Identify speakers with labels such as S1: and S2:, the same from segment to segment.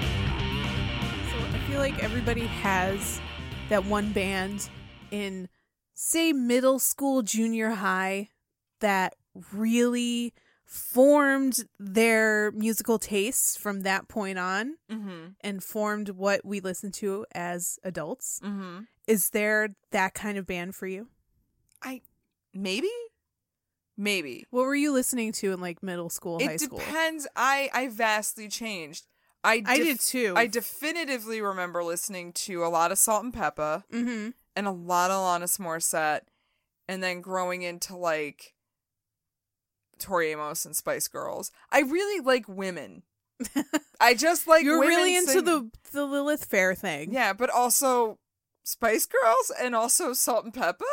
S1: So I feel like everybody has that one band in, say, middle school, junior high that really formed their musical tastes from that point on
S2: Mm-hmm.
S1: and formed what we listen to as adults.
S2: Mm-hmm.
S1: Is there that kind of band for you?
S2: I maybe, maybe.
S1: What were you listening to in like middle school, high
S2: it
S1: school?
S2: depends. I I vastly changed. I
S1: I did too.
S2: I definitively remember listening to a lot of Salt and Peppa
S1: Mm-hmm.
S2: and a lot of Alanis Morissette, and then growing into like Tori Amos and Spice Girls. I really like women. I just like
S1: You're
S2: women
S1: really into
S2: sing-
S1: the the Lilith Fair thing.
S2: yeah, but also Spice Girls and also Salt and Peppa.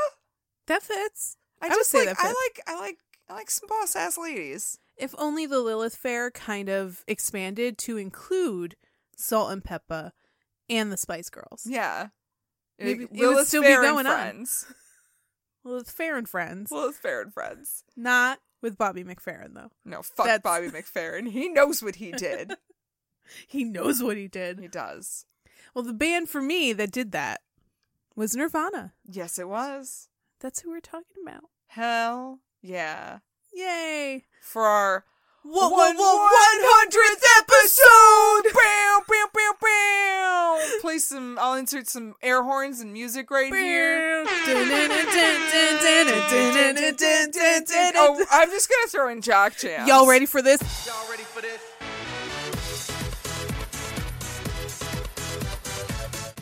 S1: that fits.
S2: I,
S1: would
S2: just
S1: say
S2: like
S1: that
S2: I
S1: fits.
S2: like I like I like some boss ass ladies.
S1: If only the Lilith Fair kind of expanded to include Salt and Peppa and the Spice Girls.
S2: Yeah.
S1: Maybe
S2: Like,
S1: it would
S2: Lilith
S1: still be
S2: Fair and
S1: going on.
S2: friends.
S1: Lilith Fair and Friends.
S2: Lilith Fair and friends.
S1: Not with Bobby McFerrin, though.
S2: No, fuck
S1: That's-
S2: Bobby McFerrin. He knows what he did.
S1: He knows what he
S2: he
S1: did.
S2: does.
S1: Well, the band for me that did that was Nirvana.
S2: Yes, it was.
S1: That's who we're talking about.
S2: Hell yeah.
S1: Yay.
S2: For our
S1: What,
S2: one- 100th episode! Bow, bow, bow, bow. Play some, I'll insert some air horns and music right here. Oh, I'm just gonna throw in Jock Jam.
S1: Y'all ready for this?
S3: Y'all ready for this?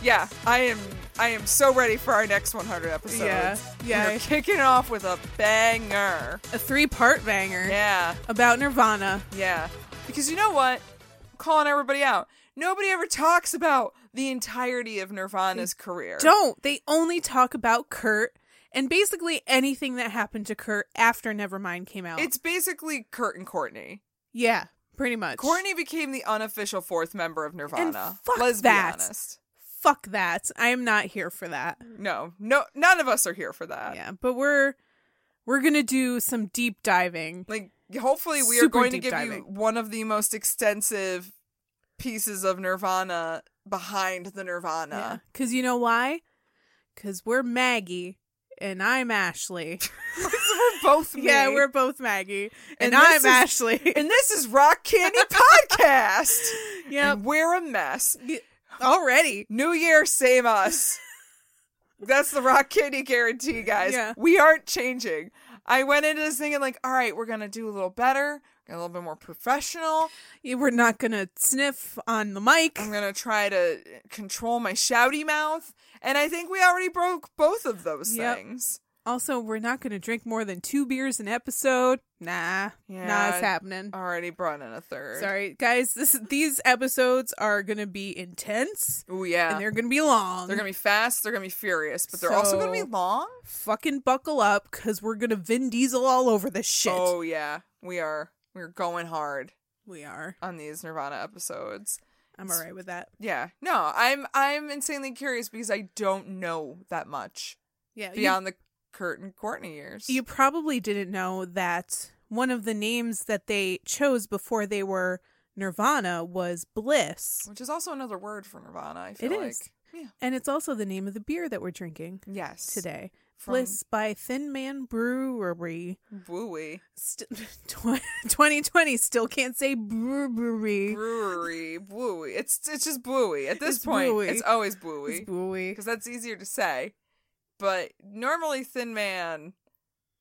S2: Yeah, I am. I am so ready for our next 100 episodes.
S1: Yeah,
S2: We
S1: yeah.
S2: are kicking off with a banger.
S1: A three part banger
S2: Yeah,
S1: about Nirvana.
S2: yeah. Because you know what? I'm calling everybody out. Nobody ever talks about the entirety of Nirvana's career.
S1: Don't. They only talk about Kurt and basically anything that happened to Kurt after Nevermind came out.
S2: It's basically Kurt and Courtney.
S1: yeah, pretty much.
S2: Courtney became the unofficial fourth member of Nirvana.
S1: fuck
S2: Let's
S1: that.
S2: be honest.
S1: Fuck that. I am not here for that.
S2: No, no, none of us are here for that.
S1: yeah, but we're we're gonna do some deep diving.
S2: Like, hopefully, we are
S1: Super
S2: going to
S1: deep
S2: give you
S1: diving.
S2: one of the most extensive pieces of Nirvana behind the Nirvana.
S1: Because you know why? Because we're Maggie and I'm Ashley.
S2: we're both me.
S1: yeah, we're both Maggie, and,
S2: And
S1: I'm
S2: this is-
S1: Ashley.
S2: and this is Rock Candy Podcast.
S1: yep,
S2: And we're a mess.
S1: already.
S2: New Year, same us. That's the Rock Candy guarantee, guys.
S1: Yeah.
S2: We aren't changing. I went into this thinking like, all right, we're gonna do a little better, a little bit more professional.
S1: You We're not gonna sniff on the mic.
S2: I'm gonna try to control my shouty mouth, and I think we already broke both of those
S1: Yep.
S2: things.
S1: Also, we're not gonna drink more than two beers an episode. Nah, nah,
S2: Yeah.
S1: it's happening.
S2: Already brought in a third.
S1: Sorry, guys. This these episodes are gonna be intense
S2: Oh
S1: and
S2: yeah. they're,
S1: they're gonna be long.
S2: gonna be fast. They're gonna be furious, but they're also gonna be
S1: So-
S2: long.
S1: fucking buckle up because we're gonna Vin Diesel all over this shit.
S2: Oh yeah, we are. We're going hard
S1: We are.
S2: on these Nirvana episodes.
S1: I'm all right with that.
S2: Yeah. No, I'm I'm insanely curious because I don't know that much
S1: Yeah. you-
S2: beyond the Kurt and Courtney years.
S1: You probably didn't know that one of the names that they chose before they were Nirvana was Bliss.
S2: which is also another word for Nirvana. I feel
S1: It
S2: like.
S1: is. And it's also the name of the beer that we're drinking
S2: Yes.
S1: today.
S2: From-
S1: Bliss by Thin Man Brewery.
S2: Wooey.
S1: St- tw- 2020 still can't say brewery.
S2: Brewery. Wooey. It's it's just Bluey. At this
S1: It's
S2: point,
S1: Bluey.
S2: it's always
S1: It's
S2: Bluey
S1: brewery.
S2: because that's easier to say. But normally, Thin Man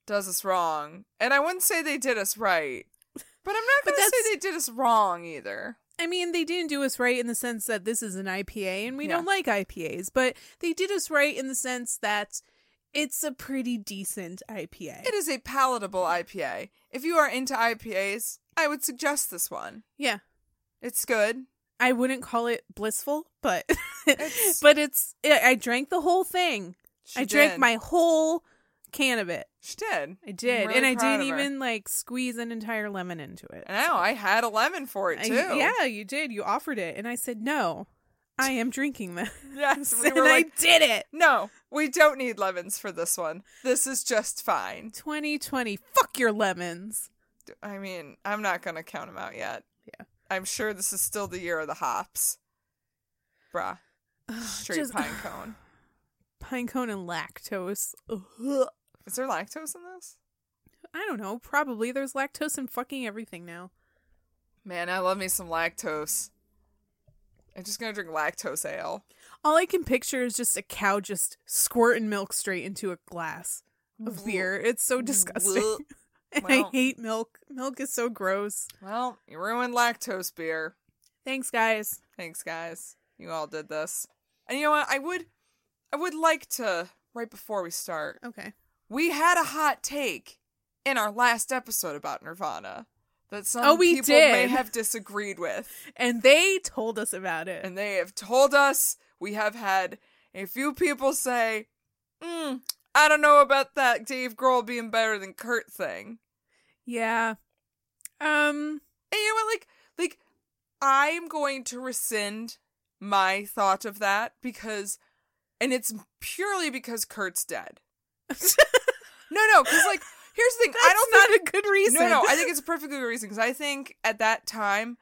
S2: does us wrong, and I wouldn't say they did us right. But I'm not
S1: But
S2: going to
S1: that's-
S2: say they did us wrong either.
S1: I mean, they didn't do us right in the sense that this is an IPA and we
S2: Yeah.
S1: don't like IPAs, but they did us right in the sense that it's a pretty decent IPA.
S2: It is a palatable
S1: Eh.
S2: IPA. If you are into IPAs, I would suggest this one.
S1: Yeah.
S2: It's good.
S1: I wouldn't call it blissful, but
S2: It's-
S1: but it's I I drank the whole thing.
S2: She
S1: I drank
S2: did.
S1: my whole can of it.
S2: She did.
S1: I did,
S2: I'm really
S1: and I
S2: proud
S1: didn't
S2: of her.
S1: even like squeeze an entire lemon into it.
S2: I know. I had a lemon for it
S1: I-
S2: too.
S1: yeah, you did. You offered it, and I said no. I am drinking this,
S2: Yes. We
S1: and
S2: were like,
S1: I did it.
S2: no, we don't need lemons for this one. This is just fine.
S1: 2020, fuck your lemons.
S2: I mean, I'm not gonna count them out yet.
S1: Yeah.
S2: I'm sure this is still the year of the hops, bruh. Straight
S1: just-
S2: pine cone.
S1: Pine cone and lactose. Ugh.
S2: Is there lactose in this?
S1: I don't know. Probably there's lactose in fucking everything now.
S2: Man, I love me some lactose. I'm just gonna drink lactose ale.
S1: All I can picture is just a cow just squirting milk straight into a glass of
S2: Blech.
S1: beer. It's so disgusting.
S2: Blech.
S1: And I
S2: Well.
S1: hate milk. Milk is so gross.
S2: Well, you ruined lactose beer.
S1: Thanks, guys.
S2: Thanks, guys. You all did this. And you know what? I would, I would like to right before we start.
S1: Okay.
S2: We had a hot take in our last episode about Nirvana that some
S1: Oh, we
S2: people may
S1: did.
S2: have disagreed with,
S1: And they told us about it.
S2: and they have told us. We have had a few people say, mm, "I don't know about that Dave Grohl being better than Kurt thing."
S1: yeah. Um
S2: And you know what? Like, like I'm going to rescind my thought of that because, and it's purely because Kurt's dead. No, no, because like here's the thing. I don't
S1: That's
S2: think
S1: not a good reason.
S2: no, no. I think it's a perfectly good reason because I think at that time,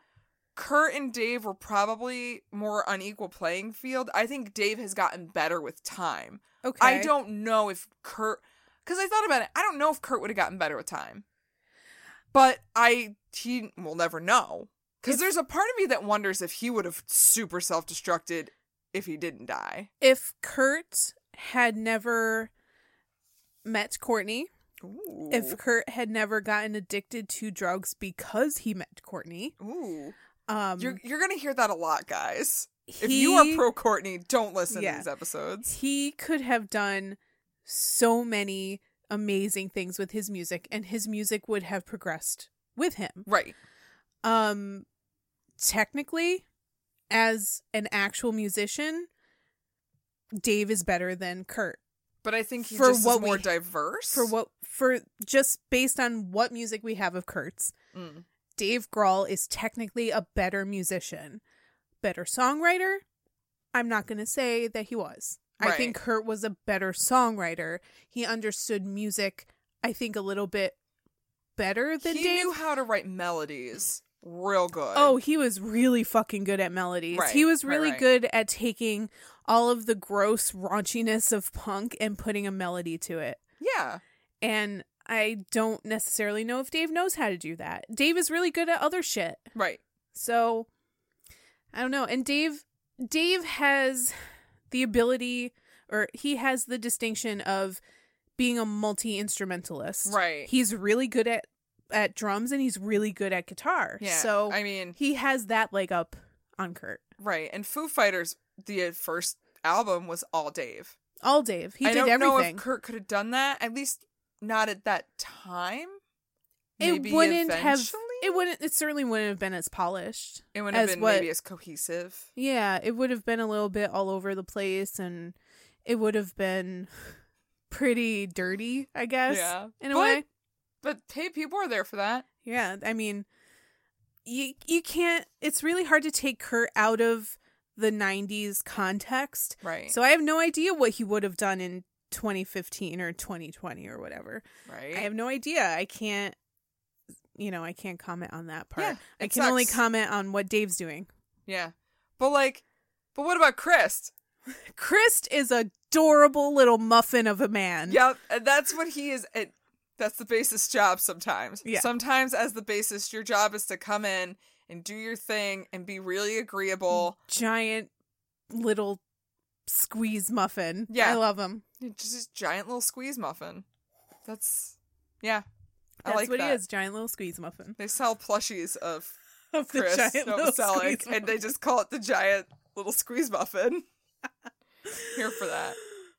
S2: Kurt and Dave were probably more unequal playing field. I think Dave has gotten better with time.
S1: okay.
S2: I don't know if Kurt, because I thought about it. I don't know if Kurt would have gotten better with time, but I he will never know because there's a part of me that wonders if he would have super self destructed if he didn't die.
S1: if Kurt had never met Courtney,
S2: Ooh.
S1: if Kurt had never gotten addicted to drugs because he met Courtney,
S2: Ooh.
S1: um
S2: You're you're gonna hear that a lot, guys. If you are
S1: he-
S2: pro Courtney, don't listen to
S1: Yeah.
S2: these episodes.
S1: he could have done so many amazing things with his music and his music would have progressed with him
S2: Right.
S1: um technically as an actual musician dave is better than kurt
S2: But I think he
S1: For
S2: just
S1: what
S2: is more
S1: we-
S2: diverse.
S1: for what for just based on what music we have of kurt's
S2: Mm.
S1: dave grohl is technically a better musician better songwriter i'm not going to say that he was i
S2: Right.
S1: think kurt was a better songwriter he understood music i think a little bit better than
S2: he
S1: dave
S2: knew how to write melodies real good.
S1: Oh, he was really fucking good at melodies.
S2: Right,
S1: he was
S2: right,
S1: really
S2: right.
S1: good at taking all of the gross raunchiness of punk and putting a melody to it.
S2: yeah.
S1: And I don't necessarily know if Dave knows how to do that. Dave is really good at other shit.
S2: Right.
S1: So I don't know. And Dave Dave has the ability or he has the distinction of being a multi-instrumentalist.
S2: Right.
S1: He's really good at at drums and he's really good at guitar.
S2: Yeah.
S1: So
S2: I mean,
S1: he has that leg up on Kurt.
S2: right. And Foo Fighters, the first album was all Dave.
S1: All Dave. He
S2: I
S1: did
S2: don't know
S1: everything.
S2: if Kurt could have done that. At least not at that time.
S1: it
S2: Maybe
S1: wouldn't have
S2: eventually?
S1: it wouldn't it certainly wouldn't have been as polished.
S2: It wouldn't have
S1: as
S2: been
S1: what-
S2: maybe as cohesive.
S1: Yeah, it would have been a little bit all over the place and it would have been pretty dirty, I guess.
S2: Yeah.
S1: In a
S2: But-
S1: way.
S2: But hey, people are there for that.
S1: Yeah, I mean you you can't it's really hard to take Kurt out of the 90s context.
S2: Right.
S1: So I have no idea what he would have done in 2015 or 2020 or whatever.
S2: right.
S1: I have no idea. I can't you know, I can't comment on that part.
S2: Yeah,
S1: I
S2: it
S1: can only
S2: sucks.
S1: comment on what Dave's doing.
S2: yeah. But like, but what about Chris?
S1: Christ is a adorable little muffin of a man.
S2: Yep, and that's what he is. It, that's the bassist job sometimes.
S1: Yeah.
S2: Sometimes as the bassist, your job is to come in and do your thing and be really agreeable.
S1: Giant little squeeze muffin.
S2: Yeah.
S1: I love him.
S2: You're Just this giant little squeeze muffin. That's yeah.
S1: That's
S2: I like
S1: what
S2: that.
S1: he is, giant little squeeze muffin.
S2: They sell plushies of
S1: Of the
S2: Chris
S1: giant little
S2: Novoselic,
S1: squeeze
S2: and they just call it the giant little squeeze muffin. Here for that.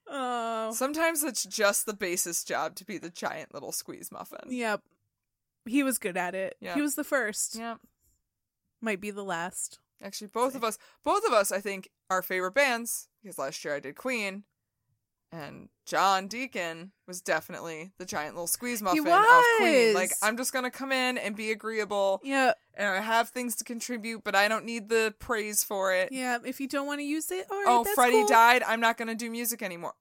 S1: Oh.
S2: Sometimes it's just the bassist job to be the giant little squeeze muffin.
S1: Yep. He was good at it.
S2: Yeah.
S1: He was the first.
S2: Yeah.
S1: Might be the last.
S2: Actually, both of us, both of us, I think, our favorite bands because last year I did Queen, and John Deacon was definitely the giant little squeeze muffin of Queen. Like,
S1: was.
S2: I'm just gonna come in and be agreeable,
S1: Yeah.
S2: and I have things to contribute, but I don't need the praise for it.
S1: Yeah. If you don't want to use it, all right.
S2: oh,
S1: that's
S2: Freddie
S1: cool.
S2: died. I'm not gonna do music anymore.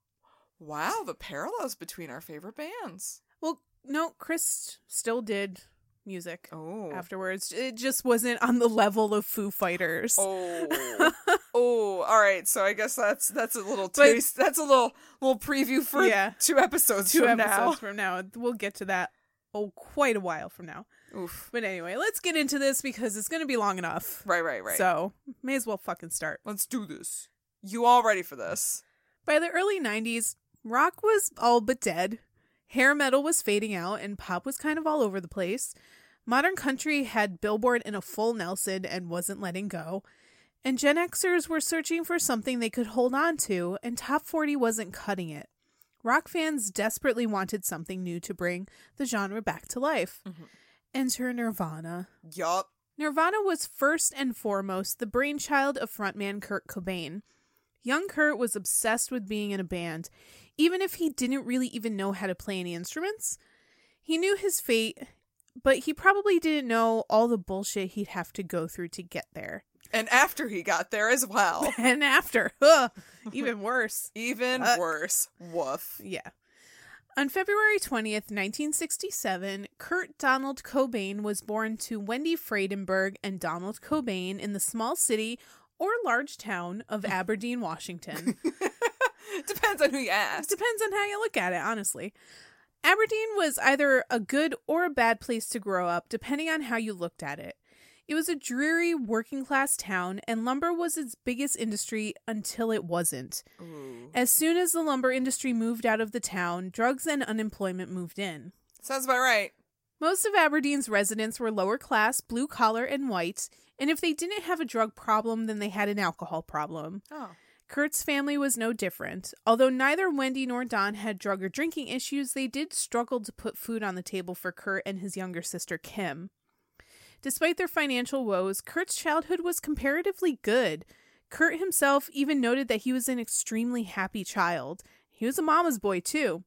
S2: Wow, the parallels between our favorite bands.
S1: Well, no, Chris still did music
S2: Oh,
S1: afterwards. It just wasn't on the level of Foo Fighters.
S2: Oh. oh, all right. So I guess that's that's a little
S1: But-
S2: taste. that's a little little preview for
S1: Yeah.
S2: two episodes
S1: two
S2: from
S1: episodes from now. We'll get to that. Oh, quite a while from now.
S2: now. Oof.
S1: But anyway, let's get into this because it's gonna be long enough.
S2: Right, right, right.
S1: So may as well fucking start.
S2: let's do this. You all ready for this?
S1: By the early '90s, rock was all but dead. Hair metal was fading out, and pop was kind of all over the place. Modern country had Billboard in a full Nelson and wasn't letting go. And Gen Xers were searching for something they could hold on to, and Top 40 wasn't cutting it. Rock fans desperately wanted something new to bring the genre back to life. Enter Nirvana.
S2: Yup.
S1: Nirvana was first and foremost the brainchild of frontman Kurt Cobain. Young Kurt was obsessed with being in a band, even if he didn't really even know how to play any instruments. He knew his fate, but he probably didn't know all the bullshit he'd have to go through to get there.
S2: And after he got there as well.
S1: And after, ugh, even worse.
S2: Even
S1: Uh.
S2: worse. Woof.
S1: Yeah. On February 20th, 1967, Kurt Donald Cobain was born to Wendy Freidenberg and Donald Cobain in the small city or large town of Aberdeen, Washington.
S2: Depends on who you
S1: It
S2: ask.
S1: depends on how you look at it, honestly. Aberdeen was either a good or a bad place to grow up, depending on how you looked at it. It was a dreary working class town, and lumber was its biggest industry until it wasn't. As soon as the lumber industry moved out of the town, drugs and unemployment moved in.
S2: Sounds about right.
S1: Most of Aberdeen's residents were lower class, blue collar, and white, and if they didn't have a drug problem, then they had an alcohol problem.
S2: Oh.
S1: Kurt's family was no different. Although neither Wendy nor Don had drug or drinking issues, they did struggle to put food on the table for Kurt and his younger sister Kim. Despite their financial woes, Kurt's childhood was comparatively good. Kurt himself even noted that he was an extremely happy child. He was a mama's boy, too.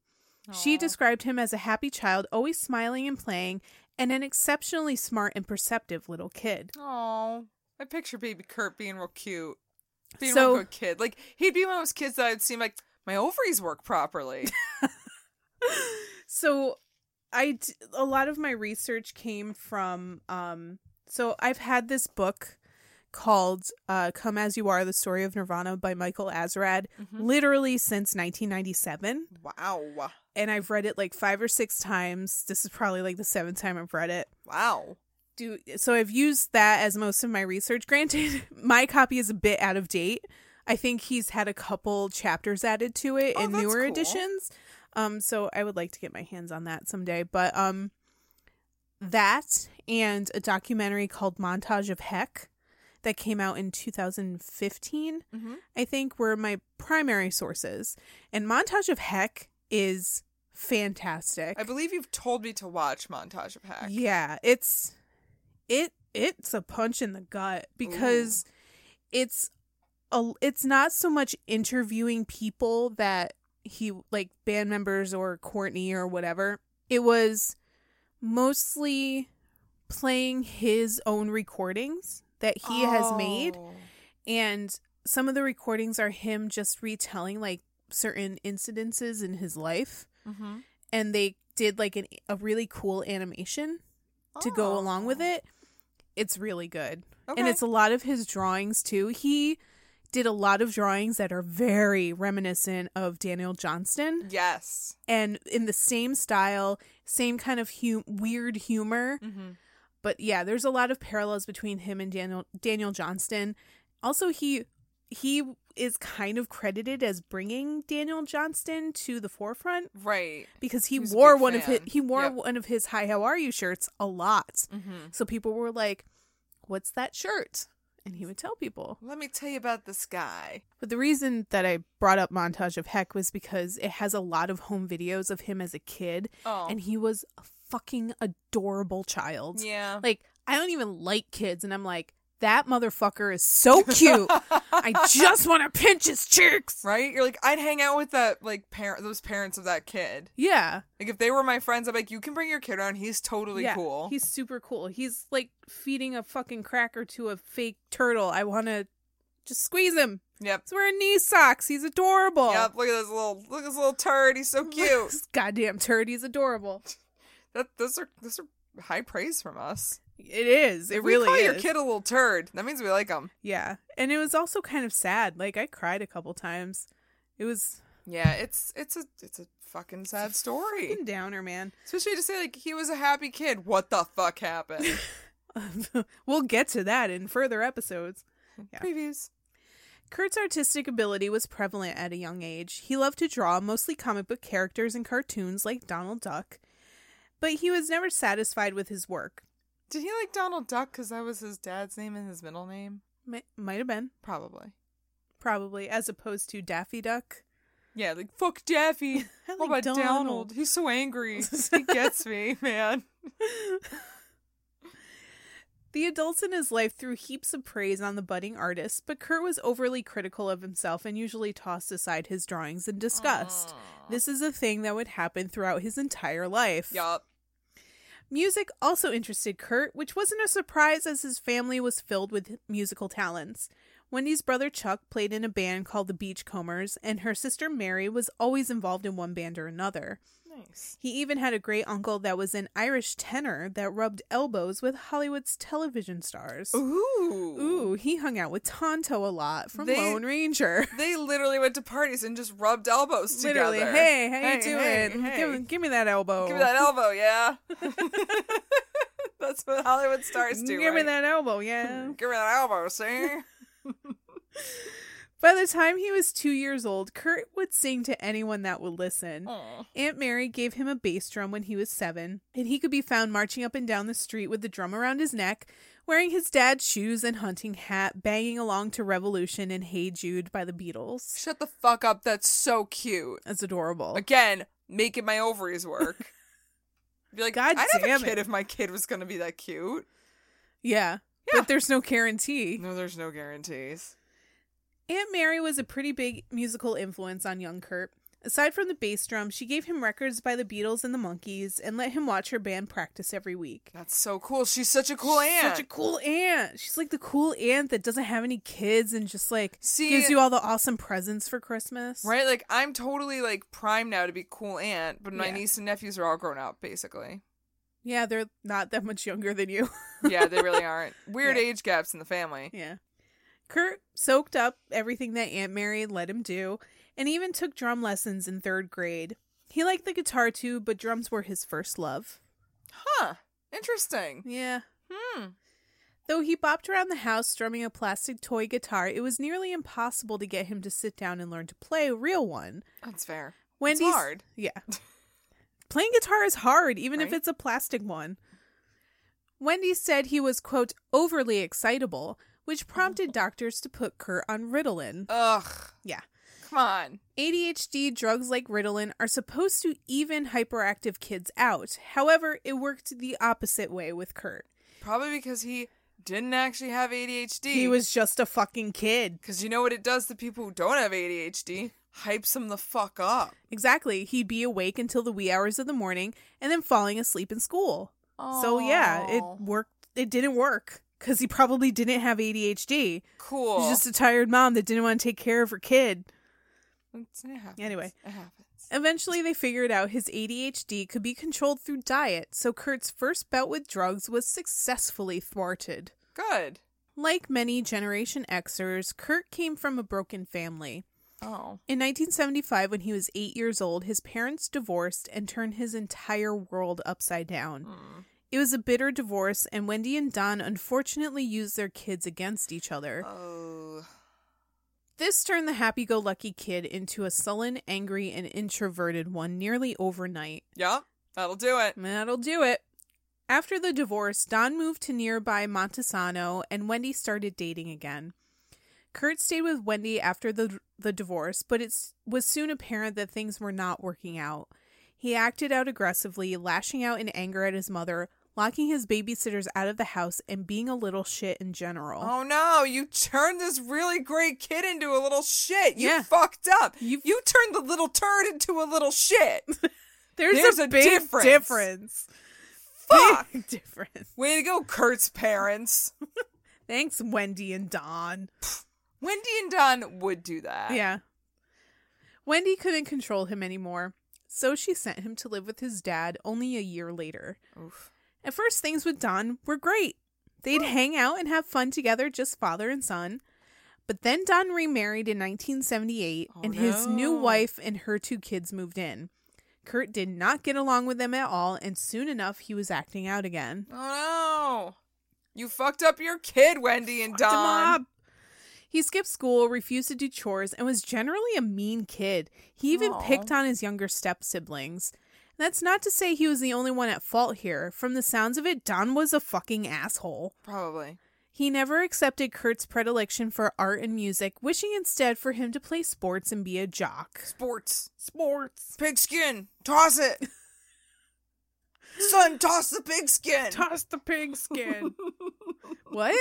S1: She described him as a happy child, always smiling and playing, and an exceptionally smart and perceptive little kid.
S2: Oh. I picture baby Kurt being real cute. Being a
S1: So-
S2: real good kid. Like he'd be one of those kids that I'd seem like my ovaries work properly.
S1: so i d- a lot of my research came from um So I've had this book called uh, Come As You Are The Story of Nirvana by Michael Azrad literally since 1997.
S2: Wow.
S1: And I've read it like five or six times. This is probably like the seventh time I've read it.
S2: Wow.
S1: do so I've used that as most of my research. Granted, my copy is a bit out of date. I think he's had a couple chapters added to it
S2: Oh,
S1: in
S2: that's
S1: newer
S2: cool.
S1: editions. Um so I would like to get my hands on that someday, but um that and a documentary called Montage of Heck that came out in 2015,
S2: Mhm.
S1: I think were my primary sources. And Montage of Heck is fantastic.
S2: I believe you've told me to watch Montage of Hack.
S1: Yeah, it's it it's a punch in the gut because it's a it's not so much interviewing people that he like band members or Courtney or whatever. It was mostly playing his own recordings that he has made
S2: Oh.
S1: and some of the recordings are him just retelling like certain incidences in his life and they did like an, a really cool animation to go along with
S2: Oh.
S1: it. It's really good. And
S2: Okay.
S1: it's a lot of his drawings too. He did a lot of drawings that are very reminiscent of Daniel Johnston
S2: Yes.
S1: and in the same style, same kind of hu- weird humor. But yeah, there's a lot of parallels between him and Daniel Daniel Johnston. Also he he is kind of credited as bringing Daniel Johnston to the forefront
S2: Right.
S1: because he
S2: He was a
S1: wore
S2: big
S1: one of his
S2: fan.
S1: he wore
S2: Yep.
S1: one of his hi how are you shirts a lot
S2: Mm-hmm.
S1: so people were like what's that shirt and he would tell people
S2: Let me tell you about this guy.
S1: but the reason that i brought up montage of heck was because it has a lot of home videos of him as a kid
S2: Oh.
S1: and he was a fucking adorable child
S2: Yeah.
S1: like i don't even like kids and i'm like that motherfucker is so cute i just want to pinch his cheeks
S2: Right? You're like, I'd hang out with that like parent those parents of that kid.
S1: yeah
S2: Like if they were my friends, I'd be like, you can bring your kid around. He's totally cool.
S1: He's super cool. He's like feeding a fucking cracker to a fake turtle. I want to just squeeze him.
S2: Yep.
S1: He's wearing knee socks. He's adorable.
S2: Yep. Look at this little look at this little turd. He's so cute.
S1: This goddamn turd. He's adorable.
S2: that those are those are high praise from us.
S1: It is. It
S2: If
S1: really
S2: we call
S1: is.
S2: your kid a little turd. That means we like him.
S1: yeah, and it was also kind of sad. Like I cried a couple times. It was
S2: Yeah. It's it's a it's a fucking sad story.
S1: fucking downer, man.
S2: Especially to say like he was a happy kid. What the fuck happened?
S1: we'll get to that in further episodes.
S2: Previews.
S1: Kurt's artistic ability was prevalent at a young age. He loved to draw mostly comic book characters and cartoons like Donald Duck, but he was never satisfied with his work.
S2: Did he like Donald Duck because that was his dad's name and his middle name?
S1: Mi- might have been,
S2: Probably.
S1: probably, as opposed to Daffy Duck.
S2: Yeah, like fuck Daffy.
S1: I
S2: what
S1: like
S2: about Donald?
S1: Donald.
S2: He's so angry. he gets me, man.
S1: The adults in his life threw heaps of praise on the budding artist, but Kurt was overly critical of himself and usually tossed aside his drawings in disgust. This is a thing that would happen throughout his entire life.
S2: Yup.
S1: Music also interested Kurt, which wasn't a surprise as his family was filled with musical talents. Wendy's brother Chuck played in a band called the Beachcombers, and her sister Mary was always involved in one band or another.
S2: Nice.
S1: He even had a great uncle that was an Irish tenor that rubbed elbows with Hollywood's television stars.
S2: Ooh.
S1: Ooh, he hung out with Tonto a lot from
S2: They-
S1: Lone Ranger.
S2: They literally went to parties and just rubbed elbows together.
S1: Literally, hey, how you
S2: Hey,
S1: doing?
S2: hey, hey.
S1: Give, give me that elbow.
S2: Give me that elbow, yeah. That's what Hollywood stars do.
S1: Mm, Give me
S2: right?
S1: that elbow, yeah.
S2: Give me that elbow, see?
S1: By the time he was two years old, Kurt would sing to anyone that would listen.
S2: Aw.
S1: Aunt Mary gave him a bass drum when he was seven, and he could be found marching up and down the street with the drum around his neck, wearing his dad's shoes and hunting hat, banging along to Revolution and Hey Jude by the Beatles.
S2: Shut the fuck up. That's so cute.
S1: That's adorable.
S2: Again, making my ovaries work. Be like,
S1: God
S2: I'd
S1: damn
S2: have
S1: it.
S2: a kid if my kid was gonna be that cute.
S1: Yeah. But there's no guarantee.
S2: No, there's no guarantees.
S1: Aunt Mary was a pretty big musical influence on young Kurt. Aside from the bass drum, she gave him records by the Beatles and the Monkees and let him watch her band practice every week.
S2: That's so cool. She's such a cool aunt.
S1: Such a cool aunt. She's like the cool aunt that doesn't have any kids and just like
S2: See-
S1: gives you all the awesome presents for Christmas.
S2: Right? Like I'm totally like prime now to be cool aunt, but my
S1: Yeah.
S2: niece and nephews are all grown up, basically.
S1: Yeah, they're not that much younger than you.
S2: yeah, they really aren't. Weird
S1: Yeah.
S2: age gaps in the family.
S1: Yeah. Kurt soaked up everything that Aunt Mary let him do and even took drum lessons in third grade. He liked the guitar too, but drums were his first love.
S2: Huh. Interesting.
S1: Yeah.
S2: Hmm.
S1: Though he bopped around the house strumming a plastic toy guitar, it was nearly impossible to get him to sit down and learn to play a real one.
S2: That's fair.
S1: Wendy's
S2: hard.
S1: Yeah. Playing guitar is hard, even if
S2: Right?
S1: it's a plastic one. Wendy said he was, quote, overly excitable,
S2: Oh.
S1: which prompted doctors to put Kurt on Ritalin.
S2: Ugh.
S1: Yeah.
S2: Come on.
S1: ADHD drugs like Ritalin are supposed to even hyperactive kids out. However, it worked the opposite way with Kurt.
S2: Probably because he didn't actually have ADHD.
S1: He was just a fucking kid.
S2: Because you know what it does to people who don't have ADHD? Hypes them the fuck up.
S1: Exactly. He'd be awake until the wee hours of the morning and then falling asleep in school. So yeah, it
S2: Oh.
S1: worked. It didn't work because he probably didn't have ADHD. He
S2: cool.
S1: was just a tired mom that didn't want to take care of her kid.
S2: It's- it happens.
S1: Anyway.
S2: It happens.
S1: Eventually, they figured out his ADHD could be controlled through diet, so Kurt's first bout with drugs was successfully thwarted.
S2: Good.
S1: Like many Generation Xers, Kurt came from a broken family.
S2: Oh.
S1: In 1975, when he was eight years old, his parents divorced and turned his entire world upside down. It was a bitter divorce, and Wendy and Don unfortunately used their kids against each other.
S2: Oh.
S1: This turned the happy go lucky kid into a sullen, angry, and introverted one nearly overnight.
S2: Yup. That'll do it.
S1: That'll do it. After the divorce, Don moved to nearby Montesano and Wendy started dating again. Kurt stayed with Wendy after the the divorce, but it was soon apparent that things were not working out. He acted out aggressively, lashing out in anger at his mother, locking his babysitters out of the house, and being a little shit in general.
S2: Oh no, you turned this really great kid into a little shit. You
S1: Yeah.
S2: fucked up.
S1: You-
S2: You turned the little turd into a little shit.
S1: there's,
S2: there's
S1: a,
S2: a
S1: big difference.
S2: difference. Fuck.
S1: Big difference.
S2: Way to go, Kurt's parents.
S1: Thanks, Wendy and Don.
S2: Wendy and Don would do that.
S1: Yeah. Wendy couldn't control him anymore, so she sent him to live with his dad only a year later.
S2: Oof.
S1: At first, things with Don were great. They'd hang out and have fun together, just father and son. But then Don remarried in 1978,
S2: Oh,
S1: and his new
S2: no.
S1: wife and her two kids moved in. Kurt did not get along with them at all, and soon enough, he was acting out again.
S2: Oh no. You fucked up your kid, Wendy and
S1: Fucked him
S2: Don.
S1: up. He skipped school, refused to do chores, and was generally a mean kid. He even
S2: Aw.
S1: picked on his younger step siblings. That's not to say he was the only one at fault here. From the sounds of it, Don was a fucking asshole.
S2: Probably.
S1: He never accepted Kurt's predilection for art and music, wishing instead for him to play sports and be a jock.
S2: Sports.
S1: Sports.
S2: Pigskin. Toss it. Son, toss the pigskin.
S1: Toss the pig skin. what?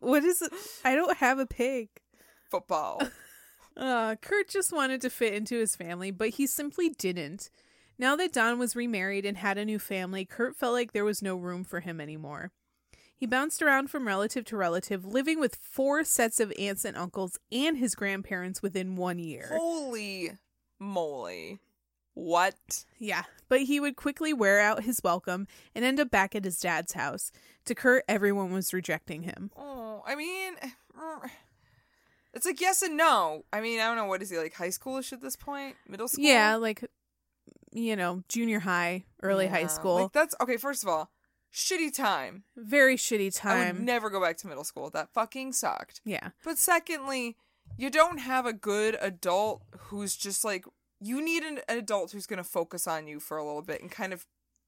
S1: What is it? I don't have a pig.
S2: Football.
S1: Uh, Kurt just wanted to fit into his family, but he simply didn't. Now that Don was remarried and had a new family, Kurt felt like there was no room for him anymore. He bounced around from relative to relative, living with four sets of aunts and uncles and his grandparents within one year.
S2: Oh. Holy moly. What?
S1: Yeah, but he would quickly wear out his welcome and end up back at his dad's house. To Kurt, everyone was rejecting him.
S2: Oh, I mean, mm, it's like yes and no. I mean, I don't know. What is he like? High schoolish at this point? Middle school?
S1: Yeah, like, you know, junior high, early high
S2: Yeah,
S1: school.
S2: Like that's okay. First of all, shitty time.
S1: Very shitty
S2: I would
S1: time.
S2: never go back to middle school. That fucking sucked.
S1: yeah.
S2: But secondly, you don't have a good adult who's just like you need an an adult who's going to focus on you for a little bit and kind of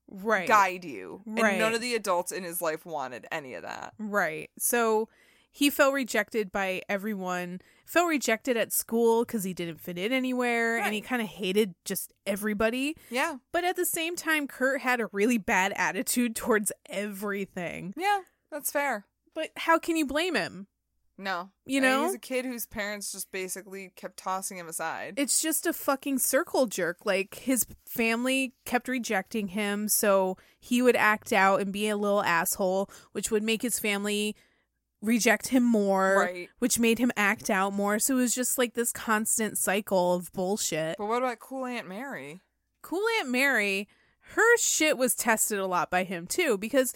S1: Right.
S2: guide you.
S1: Right.
S2: And none of the adults in his life wanted any of that.
S1: Right. So he felt rejected by everyone, felt rejected at school because he didn't fit in anywhere, and he
S2: Right.
S1: kind of hated just everybody.
S2: Yeah.
S1: But at the same time, Kurt had a really bad attitude towards everything.
S2: Yeah. That's fair.
S1: But how can you blame him?
S2: No.
S1: You
S2: I mean,
S1: know?
S2: he's a kid whose parents just basically kept tossing him aside.
S1: It's just a fucking circle jerk. Like his family kept rejecting him, so he would act out and be a little asshole, which would make his family reject him more,
S2: Right.
S1: which made him act out more. So it was just like this constant cycle of bullshit.
S2: But what about cool Aunt Mary?
S1: Cool Aunt Mary, her shit was tested a lot by him too because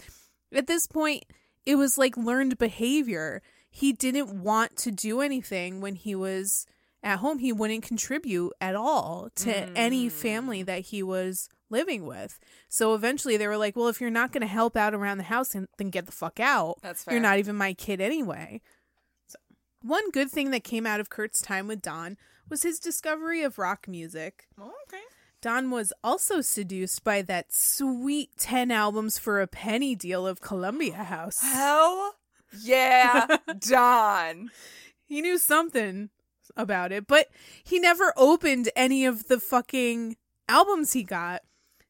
S1: at this point it was like learned behavior he didn't want to do anything when he was at home he wouldn't contribute at all to any
S2: Mm.
S1: family that he was living with so eventually they were like well if you're not going to help out around the house then then get the fuck out
S2: That's fair.
S1: you're not even my kid anyway so one good thing that came out of kurt's time with don was his discovery of rock music
S2: Oh, okay.
S1: Don was also seduced by that sweet 10 albums for a penny deal of Columbia House.
S2: Hell yeah, Don.
S1: He knew something about it, but he never opened any of the fucking albums he got.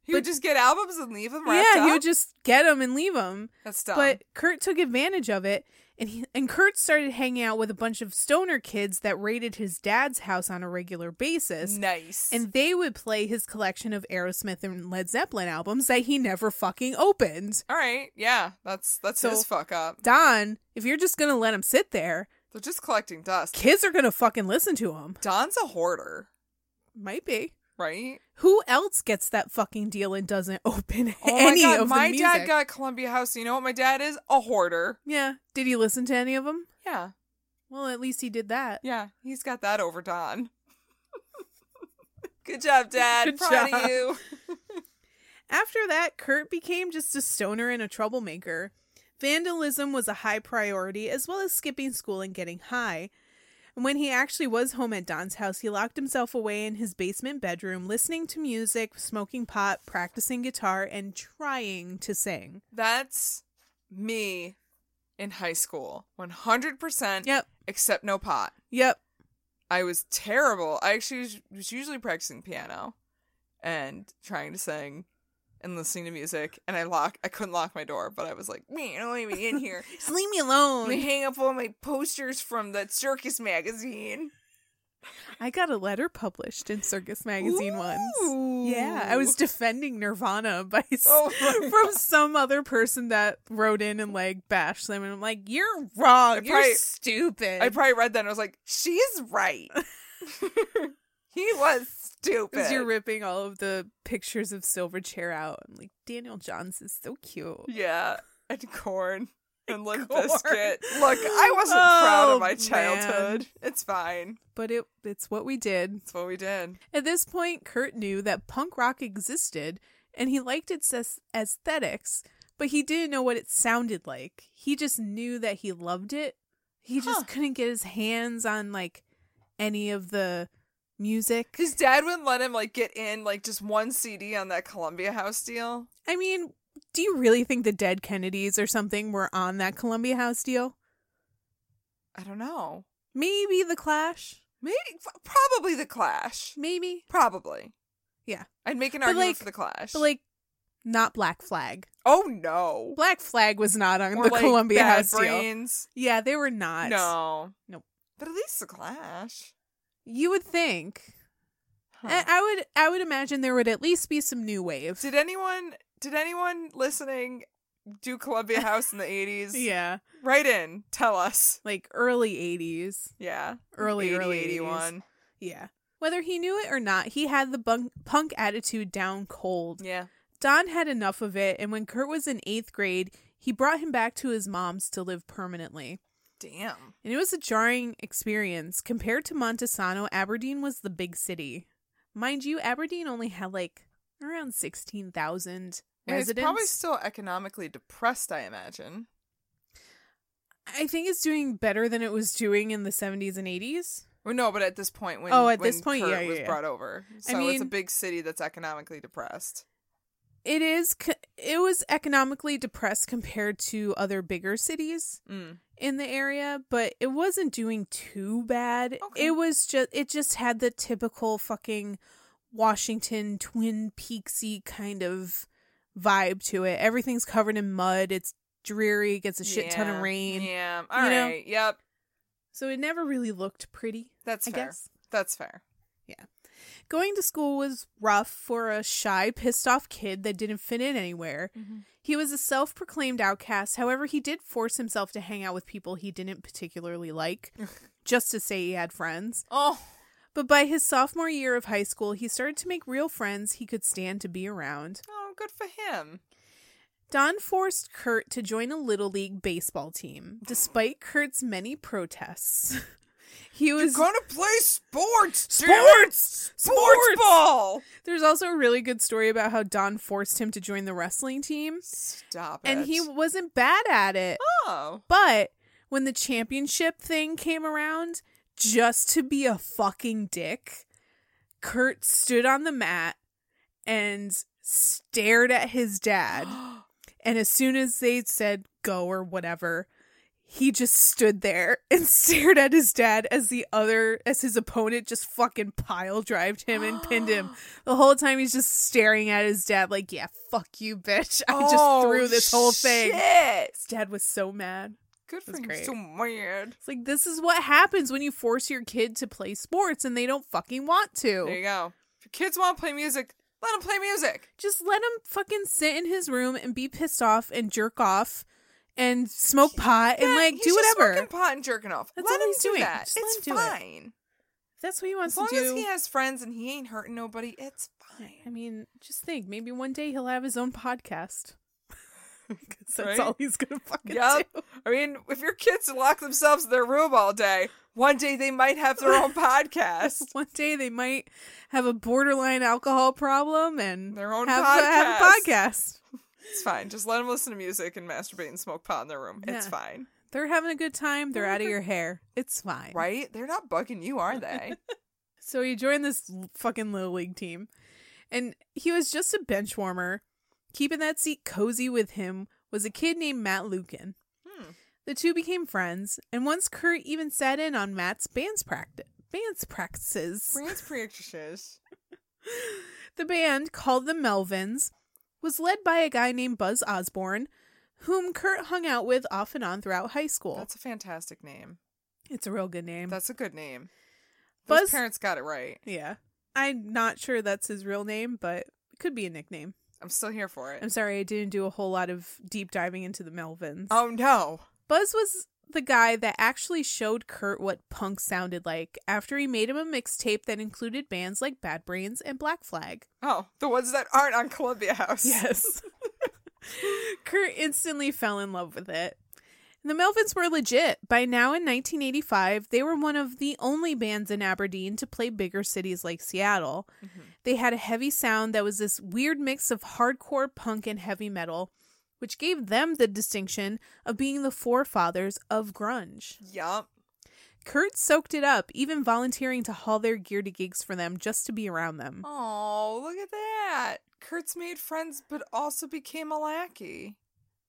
S2: He would just get albums and leave them
S1: Yeah,
S2: wrapped
S1: he
S2: up?
S1: would just get them and leave them.
S2: That's dumb.
S1: But Kurt took advantage of it, and he and Kurt started hanging out with a bunch of stoner kids that raided his dad's house on a regular basis.
S2: nice.
S1: And they would play his collection of Aerosmith and Led Zeppelin albums that he never fucking opened.
S2: all right, yeah, that's that's
S1: So-
S2: his fuck up.
S1: Don, if you're just gonna let him sit there,
S2: They're just collecting dust.
S1: kids are gonna fucking listen to him.
S2: Don's a hoarder,
S1: Might be.
S2: right?
S1: Who else gets that fucking deal and doesn't open
S2: Oh my
S1: any
S2: god,
S1: of
S2: my
S1: the music?
S2: dad got Columbia House. You know what my dad is? A hoarder.
S1: yeah. Did he listen to any of them?
S2: Yeah,
S1: Well, at least he did that.
S2: yeah, he's got that over Don. Good job, Dad.
S1: Good
S2: Proud
S1: job.
S2: of you.
S1: After that, Kurt became just a stoner and a troublemaker. Vandalism was a high priority, as well as skipping school and getting high. And when he actually was home at Don's house, he locked himself away in his basement bedroom, listening to music, smoking pot, practicing guitar, and trying to sing.
S2: That's me in high school. One hundred percent.
S1: Yep.
S2: Except no pot.
S1: Yep.
S2: I was terrible. I actually was, was usually practicing piano and trying to sing and listening to music. And I lock, I couldn't lock my door, but I was like, "Me, I don't want to be in here.
S1: Just leave me
S2: Let me
S1: alone.
S2: hang up all my posters from the circus magazine."
S1: I got a letter published in Circus Magazine once.
S2: Ooh.
S1: Yeah, I was defending Nirvana by s-
S2: Oh my
S1: from some other person that wrote in and like bashed them, and I'm like, "You're wrong. You're
S2: probably-
S1: stupid."
S2: I probably read that and I was like, "She's right. he was stupid."
S1: because you're ripping all of the pictures of Silverchair out, and like Daniel Johns is so cute.
S2: yeah, and corn and Limp
S1: Corn.
S2: Biscuit. Look, I wasn't proud
S1: Oh,
S2: of my
S1: man.
S2: childhood. It's fine.
S1: But it it's what we did.
S2: It's what we did.
S1: At this point, Kurt knew that punk rock existed and he liked its aes- aesthetics, but he didn't know what it sounded like. He just knew that he loved it. He just couldn't get his hands on like any of the music.
S2: His dad wouldn't let him like get in like just one CD on that Columbia House deal.
S1: I mean, do you really think the Dead Kennedys or something were on that Columbia House deal?
S2: I don't know.
S1: Maybe The Clash.
S2: Maybe f- probably the Clash.
S1: Maybe.
S2: Probably.
S1: Yeah.
S2: I'd make an
S1: But,
S2: argument
S1: like-
S2: for the Clash.
S1: But like not Black Flag.
S2: oh no.
S1: Black Flag was not on
S2: Or,
S1: the
S2: like,
S1: Columbia
S2: Bad
S1: House deal.
S2: brains.
S1: Yeah, they were not.
S2: No.
S1: Nope.
S2: But at least the Clash.
S1: You would think.
S2: Huh.
S1: I I would I would imagine there would at least be some new wave.
S2: Did anyone did anyone listening do Columbia House in the 80s?
S1: yeah,
S2: Write in. Tell us.
S1: like early 80s.
S2: Yeah.
S1: Early,
S2: 80,
S1: early
S2: 81.
S1: Yeah. Whether he knew it or not, he had the bunk- punk attitude down cold.
S2: Yeah.
S1: Don had enough of it, and when Kurt was in 8th grade, he brought him back to his mom's to live permanently.
S2: Damn.
S1: And it was a jarring experience. Compared to Montesano, Aberdeen was the big city. Mind you, Aberdeen only had like around 16,000
S2: And
S1: residents.
S2: It's probably still economically depressed, I imagine.
S1: I think it's doing better than it was doing in the 70s and 80s.
S2: Well, no, but at this point, when
S1: Oh, at
S2: when
S1: this point,
S2: Kurt
S1: yeah, yeah,
S2: was
S1: yeah.
S2: brought over, so it's a
S1: mean-
S2: big city that's economically depressed.
S1: It is co- it was economically depressed compared to other bigger cities
S2: Mm.
S1: in the area, but it wasn't doing too bad.
S2: Okay.
S1: It was just it just had the typical fucking Washington Twin Peaksy kind of vibe to it. Everything's covered in mud. It's dreary. Gets a shit ton
S2: Yeah.
S1: of rain.
S2: Yeah, all right.
S1: know?
S2: Yep,
S1: So it never really looked pretty.
S2: that's
S1: I
S2: fair.
S1: guess.
S2: That's fair.
S1: Going to school was rough for a shy, pissed off kid that didn't fit in anywhere. He was a self proclaimed outcast. However, he did force himself to hang out with people he didn't particularly like, just to say he had friends.
S2: Oh,
S1: But by his sophomore year of high school, he started to make real friends he could stand to be around.
S2: all Oh, good for him.
S1: Don forced Kurt to join a Little League baseball team, despite Kurt's many protests. he was.
S2: You're gonna play sports, dude!
S1: Sports!
S2: sports
S1: Sports!
S2: ball.
S1: There's also a really good story about how Don forced him to join the wrestling team,
S2: Stop it.
S1: and he wasn't bad at it.
S2: oh,
S1: But when the championship thing came around, just to be a fucking dick, Kurt stood on the mat and stared at his dad. and as soon as they said go or whatever, he just stood there and stared at his dad as the other as his opponent just fucking pile drived him and pinned him. The whole time he's just staring at his dad like, "Yeah, fuck you, bitch. I
S2: Oh,
S1: just threw this whole thing."
S2: shit.
S1: His dad was so mad.
S2: Good for
S1: That's
S2: him.
S1: great.
S2: So weird.
S1: It's like this is what happens when you force your kid to play sports and they don't fucking want
S2: There you
S1: to.
S2: go. If your kids want to play music, let them play music.
S1: Just let him fucking sit in his room and be pissed off and jerk off and smoke pot and
S2: Yeah,
S1: like
S2: he's
S1: do
S2: just
S1: whatever.
S2: smoking pot and jerking off.
S1: That's
S2: let
S1: all
S2: him
S1: he's
S2: do
S1: doing.
S2: that.
S1: Just let
S2: it's
S1: him do it.
S2: fine.
S1: If That's what he wants
S2: As long
S1: to do.
S2: as he has friends and he ain't hurting nobody, it's
S1: I
S2: fine.
S1: mean, just think maybe one day he'll have his own podcast. 'Cause that's
S2: Right?
S1: all he's gonna fucking
S2: Yep.
S1: do.
S2: I mean, if your kids lock themselves in their room all day, one day they might have their own podcast.
S1: One day they might have a borderline alcohol problem and
S2: Their own
S1: have, a- have
S2: podcast.
S1: a podcast.
S2: It's fine. Just let them listen to music and masturbate and smoke pot in their room. It's
S1: Yeah.
S2: fine.
S1: They're having a good time. They're out of your hair. It's fine.
S2: Right? They're not bugging you, are they?
S1: So he joined this l- fucking little league team, and he was just a bench warmer. Keeping that seat cozy with him was a kid named Matt Lukin.
S2: Hmm.
S1: The two became friends, and once Kurt even sat in on Matt's band's practice. Band's practices.
S2: Friends practices.
S1: The band, called the Melvins, was led by a guy named Buzz Osborne, whom Kurt hung out with off and on throughout high school.
S2: That's a fantastic name.
S1: it's a real good name.
S2: That's a good name. Those
S1: Buzz-
S2: parents got it right.
S1: yeah. I'm not sure that's his real name, but it could be a nickname.
S2: I'm still here for it.
S1: I'm sorry, I didn't do a whole lot of deep diving into the Melvins.
S2: Oh no.
S1: Buzz was the guy that actually showed Kurt what punk sounded like after he made him a mixtape that included bands like Bad Brains and Black Flag.
S2: Oh, the ones that aren't on Columbia House.
S1: Yes. Kurt instantly fell in love with it. And the Melvins were legit. By now in 1985, they were one of the only bands in Aberdeen to play bigger cities like Seattle.
S2: Mm-hmm.
S1: They had a heavy sound that was this weird mix of hardcore punk and heavy metal, which gave them the distinction of being the forefathers of grunge.
S2: Yup.
S1: Kurt soaked it up, even volunteering to haul their gear to gigs for them just to be around them.
S2: Oh, look at that. Kurt's made friends, but also became a lackey.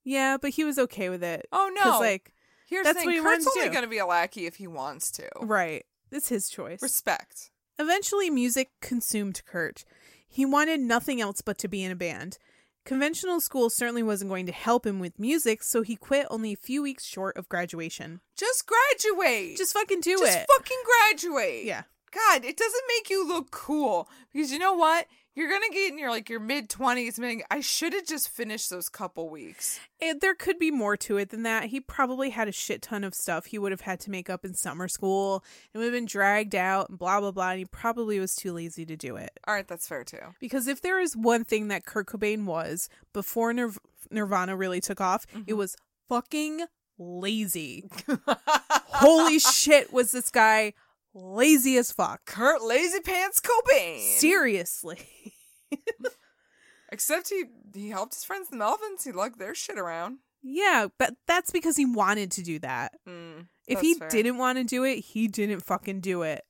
S1: Yeah, but he was okay with it.
S2: Oh no!
S1: 'Cause, like,
S2: here's
S1: that's
S2: the thing:
S1: what he wanted
S2: Kurt's
S1: to
S2: only
S1: do.
S2: going to be a lackey if he wants to.
S1: Right. It's his choice.
S2: Respect.
S1: Eventually, music consumed Kurt. He wanted nothing else but to be in a band. Conventional school certainly wasn't going to help him with music, so he quit only a few weeks short of graduation.
S2: Just graduate.
S1: Just fucking do
S2: Just
S1: it.
S2: fucking graduate.
S1: yeah.
S2: God, it doesn't make you look cool because you know what? You're gonna get in your like your mid twenties. Being, I should have just finished those couple weeks.
S1: And there could be more to it than that. He probably had a shit ton of stuff he would have had to make up in summer school and would have been dragged out and blah, blah, blah. And he probably was too lazy to do it.
S2: All right, that's fair too.
S1: Because if there is one thing that Kurt Cobain was before Nirv- Nirvana really took off,
S2: Mm-hmm.
S1: it was fucking lazy. Holy shit, was this guy lazy as fuck.
S2: Kurt Lazy Pants Cobain.
S1: Seriously.
S2: Except he he helped his friends the Melvins. He lugged their shit around.
S1: Yeah, but that's because he wanted to do that.
S2: Mm,
S1: If
S2: that's
S1: he
S2: fair.
S1: didn't want to do it, he didn't fucking do it.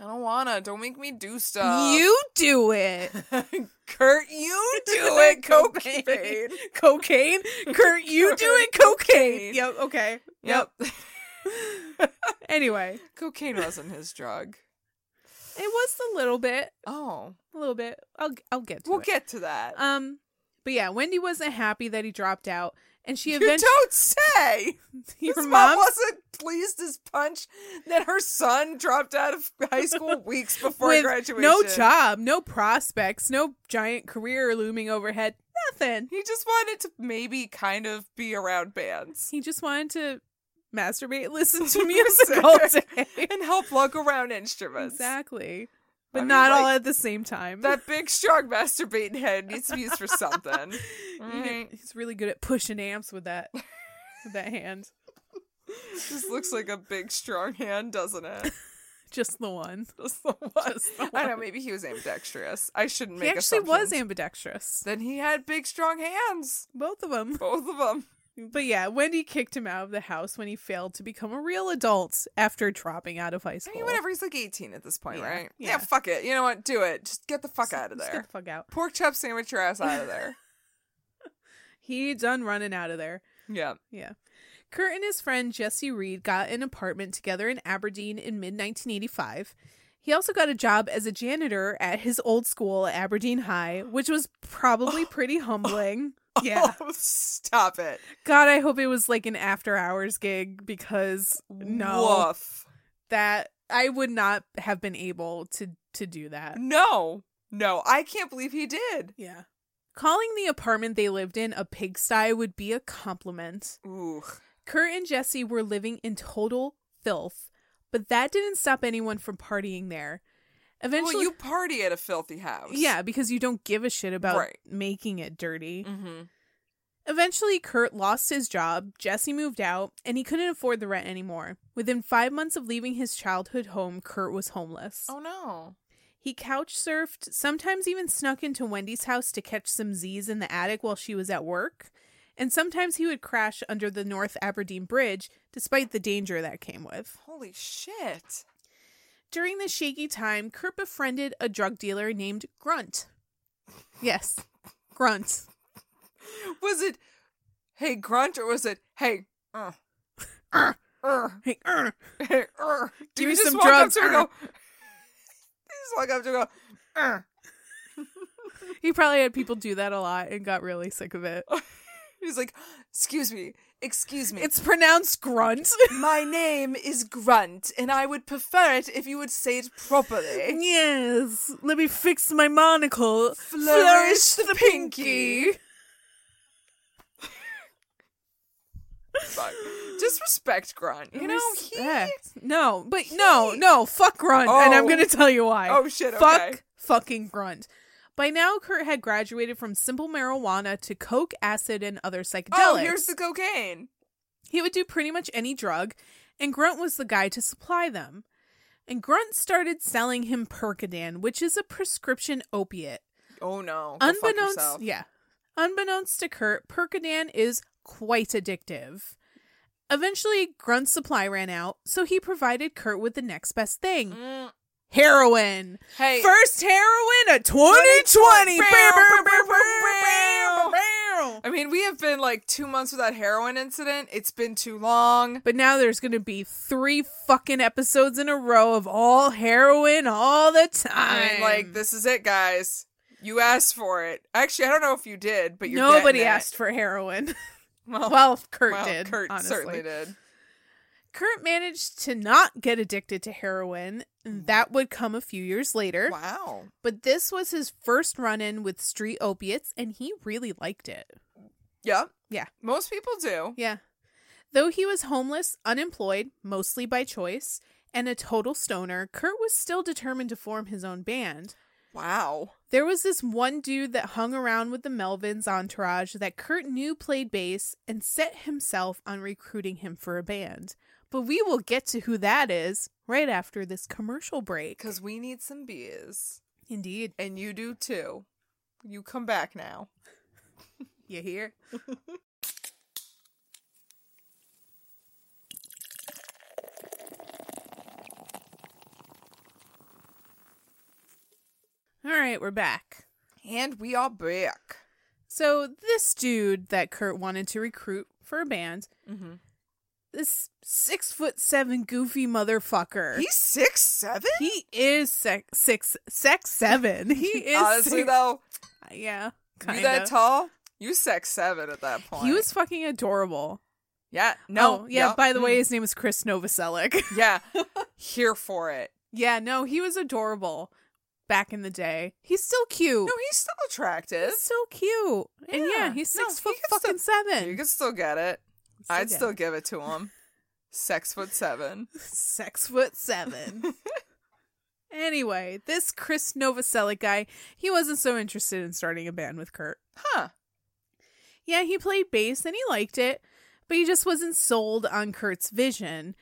S2: I don't wanna. Don't make me do stuff.
S1: you do it.
S2: Kurt, you do it, cocaine.
S1: cocaine? Kurt, you do it, cocaine.
S2: Cocaine.
S1: Yep, okay. Anyway,
S2: cocaine wasn't his drug.
S1: it was a little bit.
S2: Oh,
S1: a little bit. I'll I'll get to
S2: we'll
S1: it.
S2: get to that.
S1: um, but yeah, Wendy wasn't happy that he dropped out, and she
S2: you
S1: eventually
S2: don't say.
S1: your
S2: His
S1: mom.
S2: mom wasn't pleased as punch that her son dropped out of high school weeks before
S1: with
S2: graduation.
S1: no job, no prospects, no giant career looming overhead, nothing.
S2: He just wanted to maybe kind of be around bands
S1: He just wanted to masturbate, and listen to music all day.
S2: and help lug around instruments.
S1: exactly. but
S2: I mean,
S1: not all
S2: like,
S1: at the same time.
S2: That big, strong masturbating head needs to be used for something.
S1: He-
S2: Alright.
S1: He's really good at pushing amps with that with that hand.
S2: Just looks like a big, strong hand, doesn't it?
S1: Just the one.
S2: Just the one.
S1: Just the
S2: I know.
S1: one.
S2: Maybe he was ambidextrous. I shouldn't
S1: He
S2: make.
S1: actually was
S2: assumptions.
S1: ambidextrous.
S2: Then he had big, strong hands.
S1: Both of them.
S2: Both of them.
S1: But yeah, Wendy kicked him out of the house when he failed to become a real adult after dropping out of high
S2: I
S1: school.
S2: mean, whatever. He's like 18 at this point,
S1: Yeah,
S2: right? Yeah.
S1: yeah.
S2: Fuck it. You know what? Do it. Just get the fuck out of
S1: Just
S2: there.
S1: Get the fuck out.
S2: Pork chop sandwich your ass out of there.
S1: He done running out of there.
S2: yeah.
S1: Yeah. Kurt and his friend Jesse Reed got an apartment together in Aberdeen in mid 1985. He also got a job as a janitor at his old school, Aberdeen High, which was probably pretty humbling. Yeah.
S2: Oh, stop it.
S1: God, I hope it was like an after hours gig because no,
S2: Woof.
S1: that I would not have been able to to do that.
S2: No. No. I can't believe he did.
S1: Yeah. Calling the apartment they lived in a pigsty would be a compliment.
S2: Ooh.
S1: Kurt and Jesse were living in total filth, but that didn't stop anyone from partying there. Eventually,
S2: Well, you party at a filthy house.
S1: yeah, because you don't give a shit about
S2: Right.
S1: making it dirty.
S2: Mm-hmm.
S1: Eventually, Kurt lost his job, Jesse moved out, and he couldn't afford the rent anymore. Within five months of leaving his childhood home, Kurt was homeless.
S2: Oh no.
S1: He couch surfed, sometimes even snuck into Wendy's house to catch some Z's in the attic while she was at work, and sometimes he would crash under the North Aberdeen Bridge despite the danger that came with.
S2: Holy shit.
S1: During this shaky time, Kurt befriended a drug dealer named Grunt. Yes, Grunt.
S2: Was it, hey grunt, or was it, hey, uh,
S1: Err,
S2: uh,
S1: hey, err.
S2: hey, uh. Do
S1: Give
S2: you
S1: me
S2: just
S1: some
S2: walk
S1: drugs,
S2: Up to her
S1: uh.
S2: and go, you just walk up to her and go, uh.
S1: He probably had people do that a lot and got really sick of it.
S2: He's like, excuse me, excuse me.
S1: It's pronounced Grunt.
S2: my name is Grunt, and I would prefer it if you would say it properly.
S1: yes, let me fix my monocle.
S2: Flourish the pinky. Fuck. Just respect Grunt. You know, he.
S1: Respect. no, but no, no, fuck Grunt,
S2: Oh.
S1: and I'm gonna tell you why.
S2: Oh, shit, okay.
S1: Fuck fucking Grunt. By now, Kurt had graduated from simple marijuana to coke, acid, and other psychedelics.
S2: Oh, here's the cocaine.
S1: He would do pretty much any drug, and Grunt was the guy to supply them. And Grunt started selling him Percodan, which is a prescription opiate.
S2: Oh no. Go fuck
S1: Unbeknownst,
S2: yourself.
S1: yeah, unbeknownst to Kurt, Percodan is quite addictive. Eventually, Grunt's supply ran out, so he provided Kurt with the next best thing:
S2: Mm.
S1: heroin.
S2: Hey.
S1: First heroin of 2020.
S2: Bow,
S1: Bow, bow,
S2: bow,
S1: bow, bow, bow,
S2: bow, bow.
S1: bow.
S2: I mean, we have been like two months without heroin incident. It's been too long.
S1: But now there's going to be three fucking episodes in a row of all heroin all the time.
S2: And like, this is it, guys. You asked for it. Actually, I don't know if you did, but you're
S1: Nobody
S2: getting it.
S1: asked for heroin. well, Kurt did.
S2: Kurt
S1: honestly.
S2: certainly did.
S1: Kurt managed to not get addicted to heroin. and That would come a few years later.
S2: Wow.
S1: But this was his first run in with street opiates, and he really liked it.
S2: Yeah.
S1: Yeah.
S2: Most people do.
S1: Yeah. Though he was homeless, unemployed, mostly by choice, and a total stoner, Kurt was still determined to form his own band.
S2: Wow.
S1: There was this one dude that hung around with the Melvins entourage that Kurt knew played bass and set himself on recruiting him for a band. But we will get to who that is right after this commercial break.
S2: Because we need some beers.
S1: Indeed.
S2: And you do too. You come back now.
S1: You hear? All right, we're back.
S2: And we are back.
S1: So, this dude that Kurt wanted to recruit for a band,
S2: Mhm.
S1: this six foot seven goofy motherfucker.
S2: He's six seven?
S1: he is sex, six, sex seven. He is
S2: Honestly
S1: six-
S2: though,
S1: yeah,
S2: you
S1: kind
S2: that
S1: of.
S2: tall? You sex seven at that point.
S1: He was fucking adorable.
S2: Yeah. No.
S1: Oh, yeah.
S2: Yup.
S1: By the way,
S2: Mm.
S1: his name was Chris Novoselic.
S2: Yeah. Here for it.
S1: yeah, no, he was adorable back in the day. He's still cute.
S2: No, he's still attractive.
S1: he's so cute. And yeah,
S2: Yeah.
S1: he's
S2: No,
S1: six
S2: he
S1: foot
S2: can still-
S1: fucking
S2: You
S1: seven.
S2: can still get it. I'd
S1: get
S2: still
S1: it.
S2: give it to him. Sex foot seven.
S1: Six foot seven. Anyway, this Chris Novoselic guy, he wasn't so interested in starting a band with Kurt.
S2: Huh.
S1: Yeah, he played bass and he liked it, but he just wasn't sold on Kurt's vision.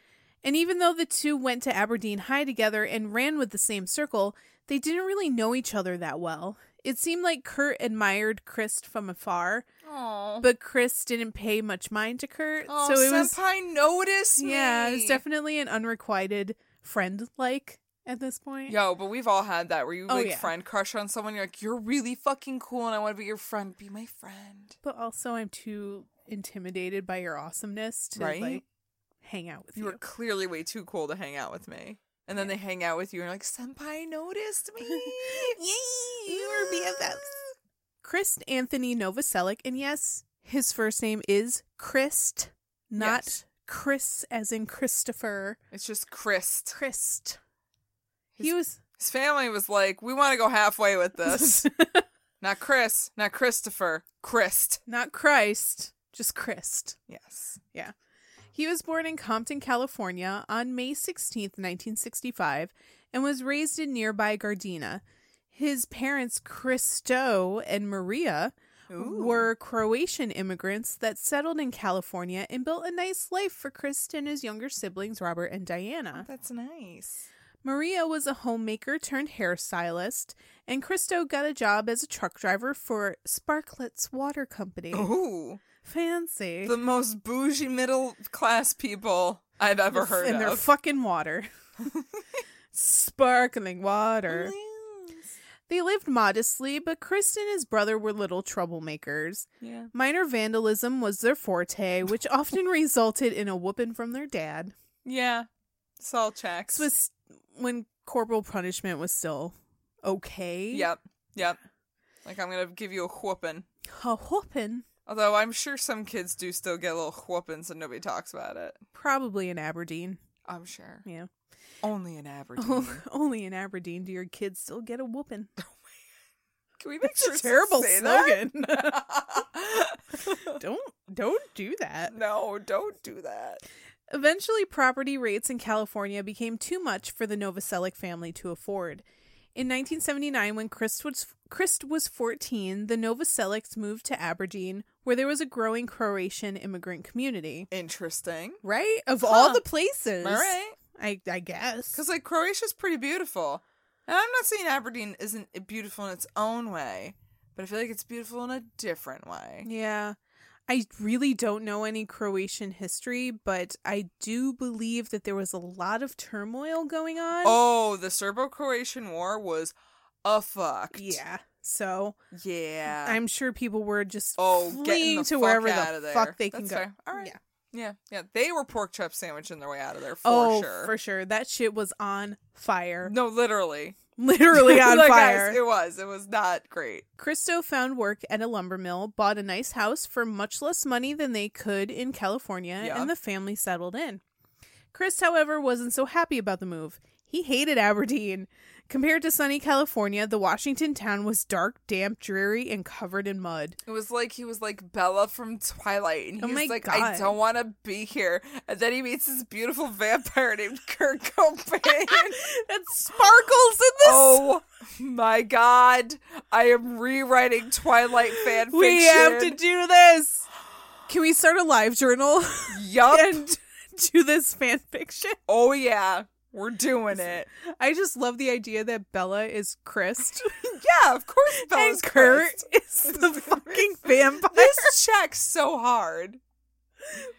S1: And even though the two went to Aberdeen High together and ran with the same circle, they didn't really know each other that well. It seemed like Kurt admired Chris from afar,
S2: Oh.
S1: but Chris didn't pay much mind to Kurt.
S2: oh,
S1: so it was
S2: senpai noticed me.
S1: yeah, it was definitely an unrequited friend like at this point.
S2: Yo, but we've all had that where you
S1: Oh,
S2: like
S1: yeah.
S2: friend crush on someone. You're like, you're really fucking cool, and I want to be your friend. Be my friend.
S1: But also, I'm too intimidated by your awesomeness to
S2: Right?
S1: like hang out with
S2: You
S1: you.
S2: were clearly way too cool to hang out with me. And then they hang out with you, and you're like, senpai noticed me. Yay!
S1: We were BFFs. Chris Anthony Novoselic, and yes, his first name is Christ, not
S2: Yes.
S1: Chris as in Christopher.
S2: It's just Christ.
S1: Christ. he
S2: His-
S1: was
S2: His family was like, we want to go halfway with this. not Chris, not Christopher, Christ.
S1: not Christ, just Christ.
S2: Yes.
S1: Yeah. He was born in Compton, California on May 16th, 1965, and was raised in nearby Gardena. His parents, Christo and Maria, were Croatian immigrants that settled in California and built a nice life for Chris and his younger siblings, Robert and Diana.
S2: That's nice.
S1: Maria was a homemaker turned hairstylist, and Christo got a job as a truck driver for Sparklets Water Company.
S2: Ooh.
S1: Fancy.
S2: Oh. The most bougie middle class people I've ever heard
S1: and their
S2: of.
S1: fucking water. Sparkling water. They lived modestly, but Chris and his brother were little troublemakers.
S2: yeah.
S1: Minor vandalism was their forte, which often resulted in a whooping from their dad.
S2: Yeah. It's all
S1: This
S2: checks.
S1: was when corporal punishment was still okay.
S2: Yep. Yep. Like I'm gonna give you a whooping.
S1: A whooping.
S2: Although I'm sure some kids do still get little whoopings and nobody talks about it.
S1: Probably in Aberdeen.
S2: I'm sure. Oh.
S1: Yeah.
S2: Only in Aberdeen.
S1: Only in Aberdeen do your kids still get a whooping.
S2: Can we make
S1: That's
S2: sure
S1: a terrible slogan.
S2: That?
S1: don't don't do that.
S2: no, don't do that.
S1: Eventually, property rates in California became too much for the Novoselic family to afford. In 1979, when Christ was, Christ was 14, the Novoselics moved to Aberdeen, where there was a growing Croatian immigrant community.
S2: Interesting.
S1: Right? Of all
S2: Huh.
S1: the places.
S2: All right.
S1: I, I guess.
S2: Because like Croatia's pretty beautiful, and I'm not saying Aberdeen isn't beautiful in its own way, but I feel like it's beautiful in a different way.
S1: Yeah. I really don't know any Croatian history, but I do believe that there was a lot of turmoil going on.
S2: Oh, the Serbo-Croatian War was a fucked.
S1: Yeah. So
S2: yeah.
S1: I'm sure people were just
S2: oh, getting
S1: fleeing
S2: the
S1: to wherever
S2: fuck out
S1: the
S2: of there.
S1: fuck they can
S2: That's
S1: go.
S2: fair. All right.
S1: Yeah.
S2: Yeah, yeah. They were pork chop sandwiching their way out of there for
S1: oh,
S2: sure.
S1: for sure. That shit was on fire.
S2: No, literally,
S1: Literally on
S2: Like, guys,
S1: fire.
S2: it was. It was not great.
S1: Christo found work at a lumber mill, bought a nice house for much less money than they could in California,
S2: Yeah.
S1: and the family settled in. Chris, however, wasn't so happy about the move. He hated Aberdeen. Compared to sunny California, the Washington town was dark, damp, dreary, and covered in mud.
S2: It was like he was like Bella from Twilight, and
S1: Oh
S2: he's
S1: my
S2: like,
S1: God.
S2: "I don't want to be here." And then he meets this beautiful vampire named Kurt Cobain.
S1: That sparkles in the
S2: oh my God! I am rewriting Twilight fan fiction.
S1: We have to do this. Can we start a live journal
S2: Yup.
S1: and do this fan fiction?
S2: oh yeah, we're doing it.
S1: I just love the idea that Bella is Chris
S2: Yeah, of course. Bella's
S1: and Kurt
S2: cursed.
S1: is the fucking vampire.
S2: This checks so hard.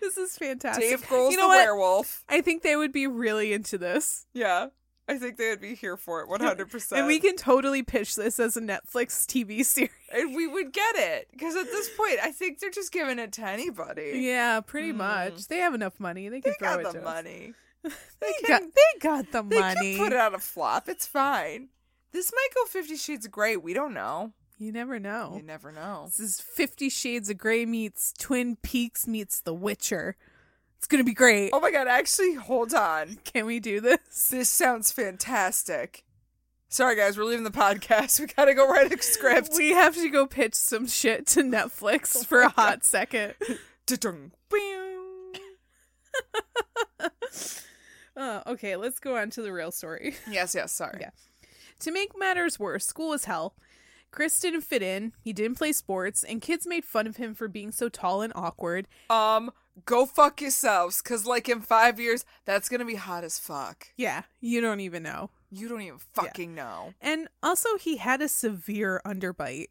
S1: This is fantastic.
S2: Dave Grohl's
S1: you know
S2: the
S1: what?
S2: werewolf.
S1: I think they would be really into this.
S2: Yeah. I think they would be here for it 100%.
S1: And we can totally pitch this as a Netflix TV series.
S2: And we would get it. Because at this point, I think they're just giving it to anybody.
S1: Yeah, pretty much. They have enough money. They can
S2: They
S1: Mm. throw it
S2: got the
S1: to us.
S2: money.
S1: They,
S2: can-
S1: got, they got the
S2: They
S1: money.
S2: can put it on a flop. It's fine. This might go Fifty Shades of Grey. We don't know.
S1: you never know.
S2: You never know.
S1: This is Fifty Shades of Grey meets Twin Peaks meets The Witcher. It's gonna be great.
S2: Oh my god, actually, hold on.
S1: Can we do this?
S2: This sounds fantastic. Sorry, guys, we're leaving the podcast. We gotta go write a script.
S1: We have to go pitch some shit to Netflix for a hot second.
S2: Da-dung. Bing.
S1: Uh, okay, let's go on to the real story.
S2: Yes, yes, sorry.
S1: Yeah. To make matters worse, school was hell. Chris didn't fit in, he didn't play sports, and kids made fun of him for being so tall and awkward.
S2: Um, go fuck yourselves, cause like in five years, that's gonna be hot as fuck.
S1: Yeah, you don't even know.
S2: You don't even fucking know.
S1: And also, he had a severe underbite.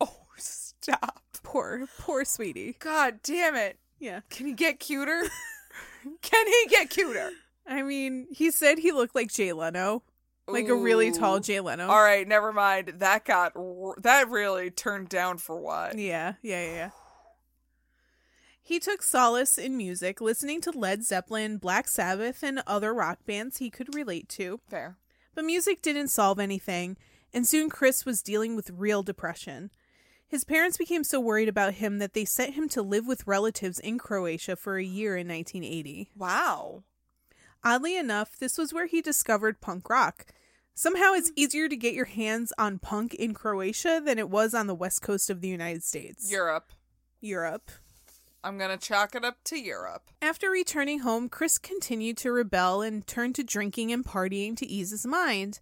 S2: Oh, stop.
S1: Poor, poor sweetie.
S2: God damn it.
S1: Yeah.
S2: Can he get cuter? Can he get cuter?
S1: I mean, he said he looked like Jay Leno, like a really tall
S2: Ooh.
S1: Jay Leno.
S2: All right, never mind. That got r- that really turned down for what?
S1: Yeah, yeah, yeah, yeah. He took solace in music, listening to Led Zeppelin, Black Sabbath, and other rock bands he could relate to.
S2: Fair.
S1: But music didn't solve anything, and soon Chris was dealing with real depression. His parents became so worried about him that they sent him to live with relatives in Croatia for a year in 1980.
S2: Wow.
S1: Oddly enough, this was where he discovered punk rock. Somehow it's easier to get your hands on punk in Croatia than it was on the west coast of the United States.
S2: Europe.
S1: Europe.
S2: I'm gonna chalk it up to Europe.
S1: After returning home, Chris continued to rebel and turned to drinking and partying to ease his mind.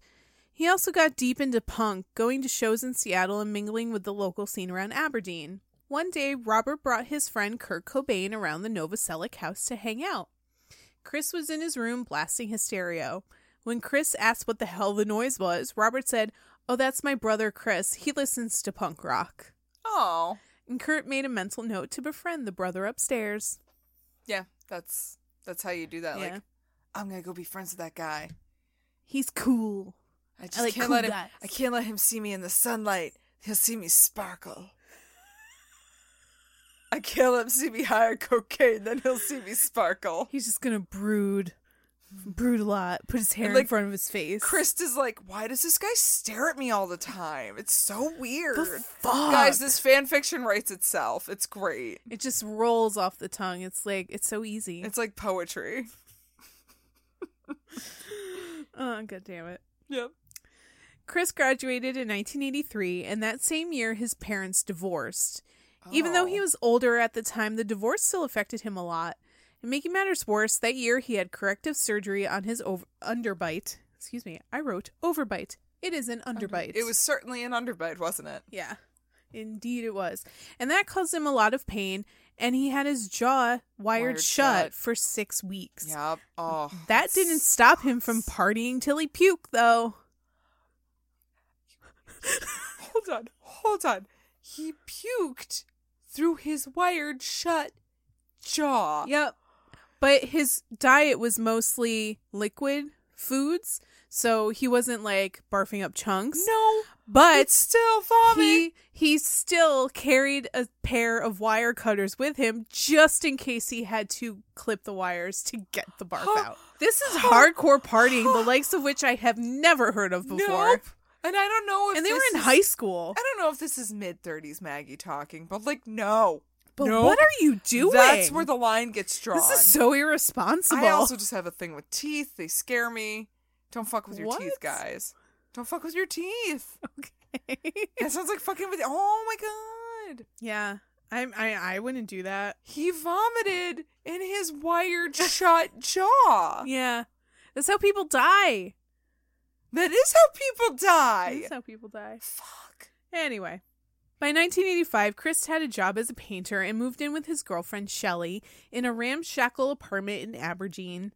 S1: He also got deep into punk, going to shows in Seattle and mingling with the local scene around Aberdeen. One day, Robert brought his friend Kurt Cobain around the Novoselic house to hang out. Chris was in his room blasting his stereo. When Chris asked what the hell the noise was, Robert said, Oh, that's my brother Chris. He listens to punk rock.
S2: Oh,
S1: And Kurt made a mental note to befriend the brother upstairs.
S2: yeah. That's that's how you do that.
S1: Yeah.
S2: Like, I'm gonna go be friends with that guy.
S1: He's cool.
S2: I just
S1: like
S2: can't
S1: cool
S2: let him.
S1: guys.
S2: I can't let him see me in the sunlight. He'll see me sparkle. I can't let him see me high on cocaine. Then he'll see me sparkle.
S1: He's just gonna brood, brood a lot. Put his hair
S2: And,
S1: in
S2: like,
S1: front of his face.
S2: Chris is like, why does this guy stare at me all the time? It's so weird.
S1: fuck?
S2: Guys, this fan fiction writes itself. It's great.
S1: it just rolls off the tongue. It's like it's so easy.
S2: It's like poetry.
S1: oh god damn it!
S2: Yep.
S1: Chris graduated in 1983, and that same year his parents divorced. Even though he was older at the time, the divorce still affected him a lot. And making matters worse, that year he had corrective surgery on his over- underbite. Excuse me, I wrote overbite. It is an underbite.
S2: It was certainly an underbite, wasn't it?
S1: Yeah, indeed it was. And that caused him a lot of pain, and he had his jaw wired,
S2: Wired
S1: shut,
S2: shut.
S1: for six weeks.
S2: Yep. Oh.
S1: That didn't stop him from partying till he puked, though.
S2: Hold on. Hold on. He puked through his wired shut jaw.
S1: Uh, Yep. But his diet was mostly liquid foods, so he wasn't like barfing up chunks.
S2: No.
S1: but
S2: It's still vomit.
S1: he he still carried a pair of wire cutters with him just in case he had to clip the wires to get the barf out. This is hardcore partying, the likes of which I have never heard of before.
S2: Nope. And I don't know if
S1: And they were
S2: this
S1: in
S2: is-
S1: high school.
S2: I don't know if this is mid thirties Maggie talking, but like no.
S1: But
S2: No.
S1: what are you doing?
S2: That's where the line gets drawn.
S1: This is so irresponsible.
S2: I also just have a thing with teeth. They scare me. Don't fuck with your teeth,
S1: What?
S2: guys. Don't fuck with your teeth.
S1: Okay.
S2: That sounds like fucking with. Oh my god.
S1: yeah. I'm, I I wouldn't do that.
S2: He vomited in his wired shut jaw.
S1: Yeah. That's how people die.
S2: That is how people die.
S1: That's how people die.
S2: Fuck.
S1: Anyway, by 1985, Chris had a job as a painter and moved in with his girlfriend Shelley in a ramshackle apartment in Aberdeen.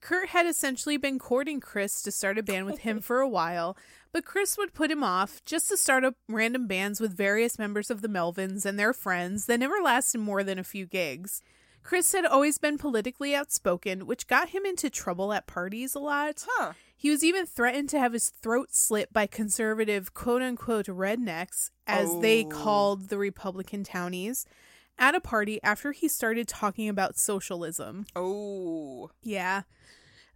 S1: Kurt had essentially been courting Chris to start a band with him for a while, but Chris would put him off just to start up random bands with various members of the Melvins and their friends that never lasted more than a few gigs. Chris had always been politically outspoken, which got him into trouble at parties a lot.
S2: Huh.
S1: He was even threatened to have his throat slit by conservative quote unquote rednecks, as they
S2: Oh.
S1: called the Republican townies, at a party after he started talking about socialism.
S2: Oh.
S1: Yeah.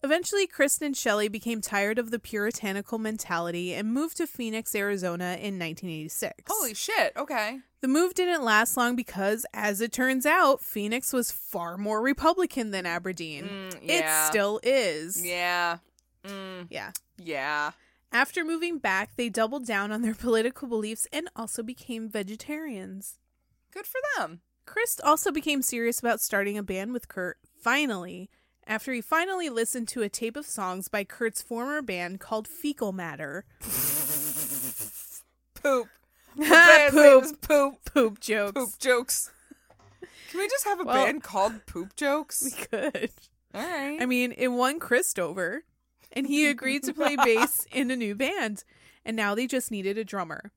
S1: Eventually, Kristen and Shelley became tired of the puritanical mentality and moved to Phoenix, Arizona in 1986.
S2: Holy shit. Okay.
S1: the move didn't last long because, as it turns out, Phoenix was far more Republican than Aberdeen.
S2: Mm,
S1: It
S2: yeah.
S1: still is.
S2: Yeah. Mm,
S1: Yeah.
S2: yeah.
S1: After moving back, they doubled down on their political beliefs and also became vegetarians.
S2: Good for them.
S1: Chris also became serious about starting a band with Kurt, finally, after he finally listened to a tape of songs by Kurt's former band called Fecal Matter.
S2: Poop. The band's name is
S1: poop,
S2: poop.
S1: poop jokes.
S2: Poop jokes. Can we just have a
S1: Well-
S2: band called Poop Jokes?
S1: We could.
S2: All right.
S1: I mean, it won Christover, and he agreed to play bass in a new band, and now they just needed a drummer.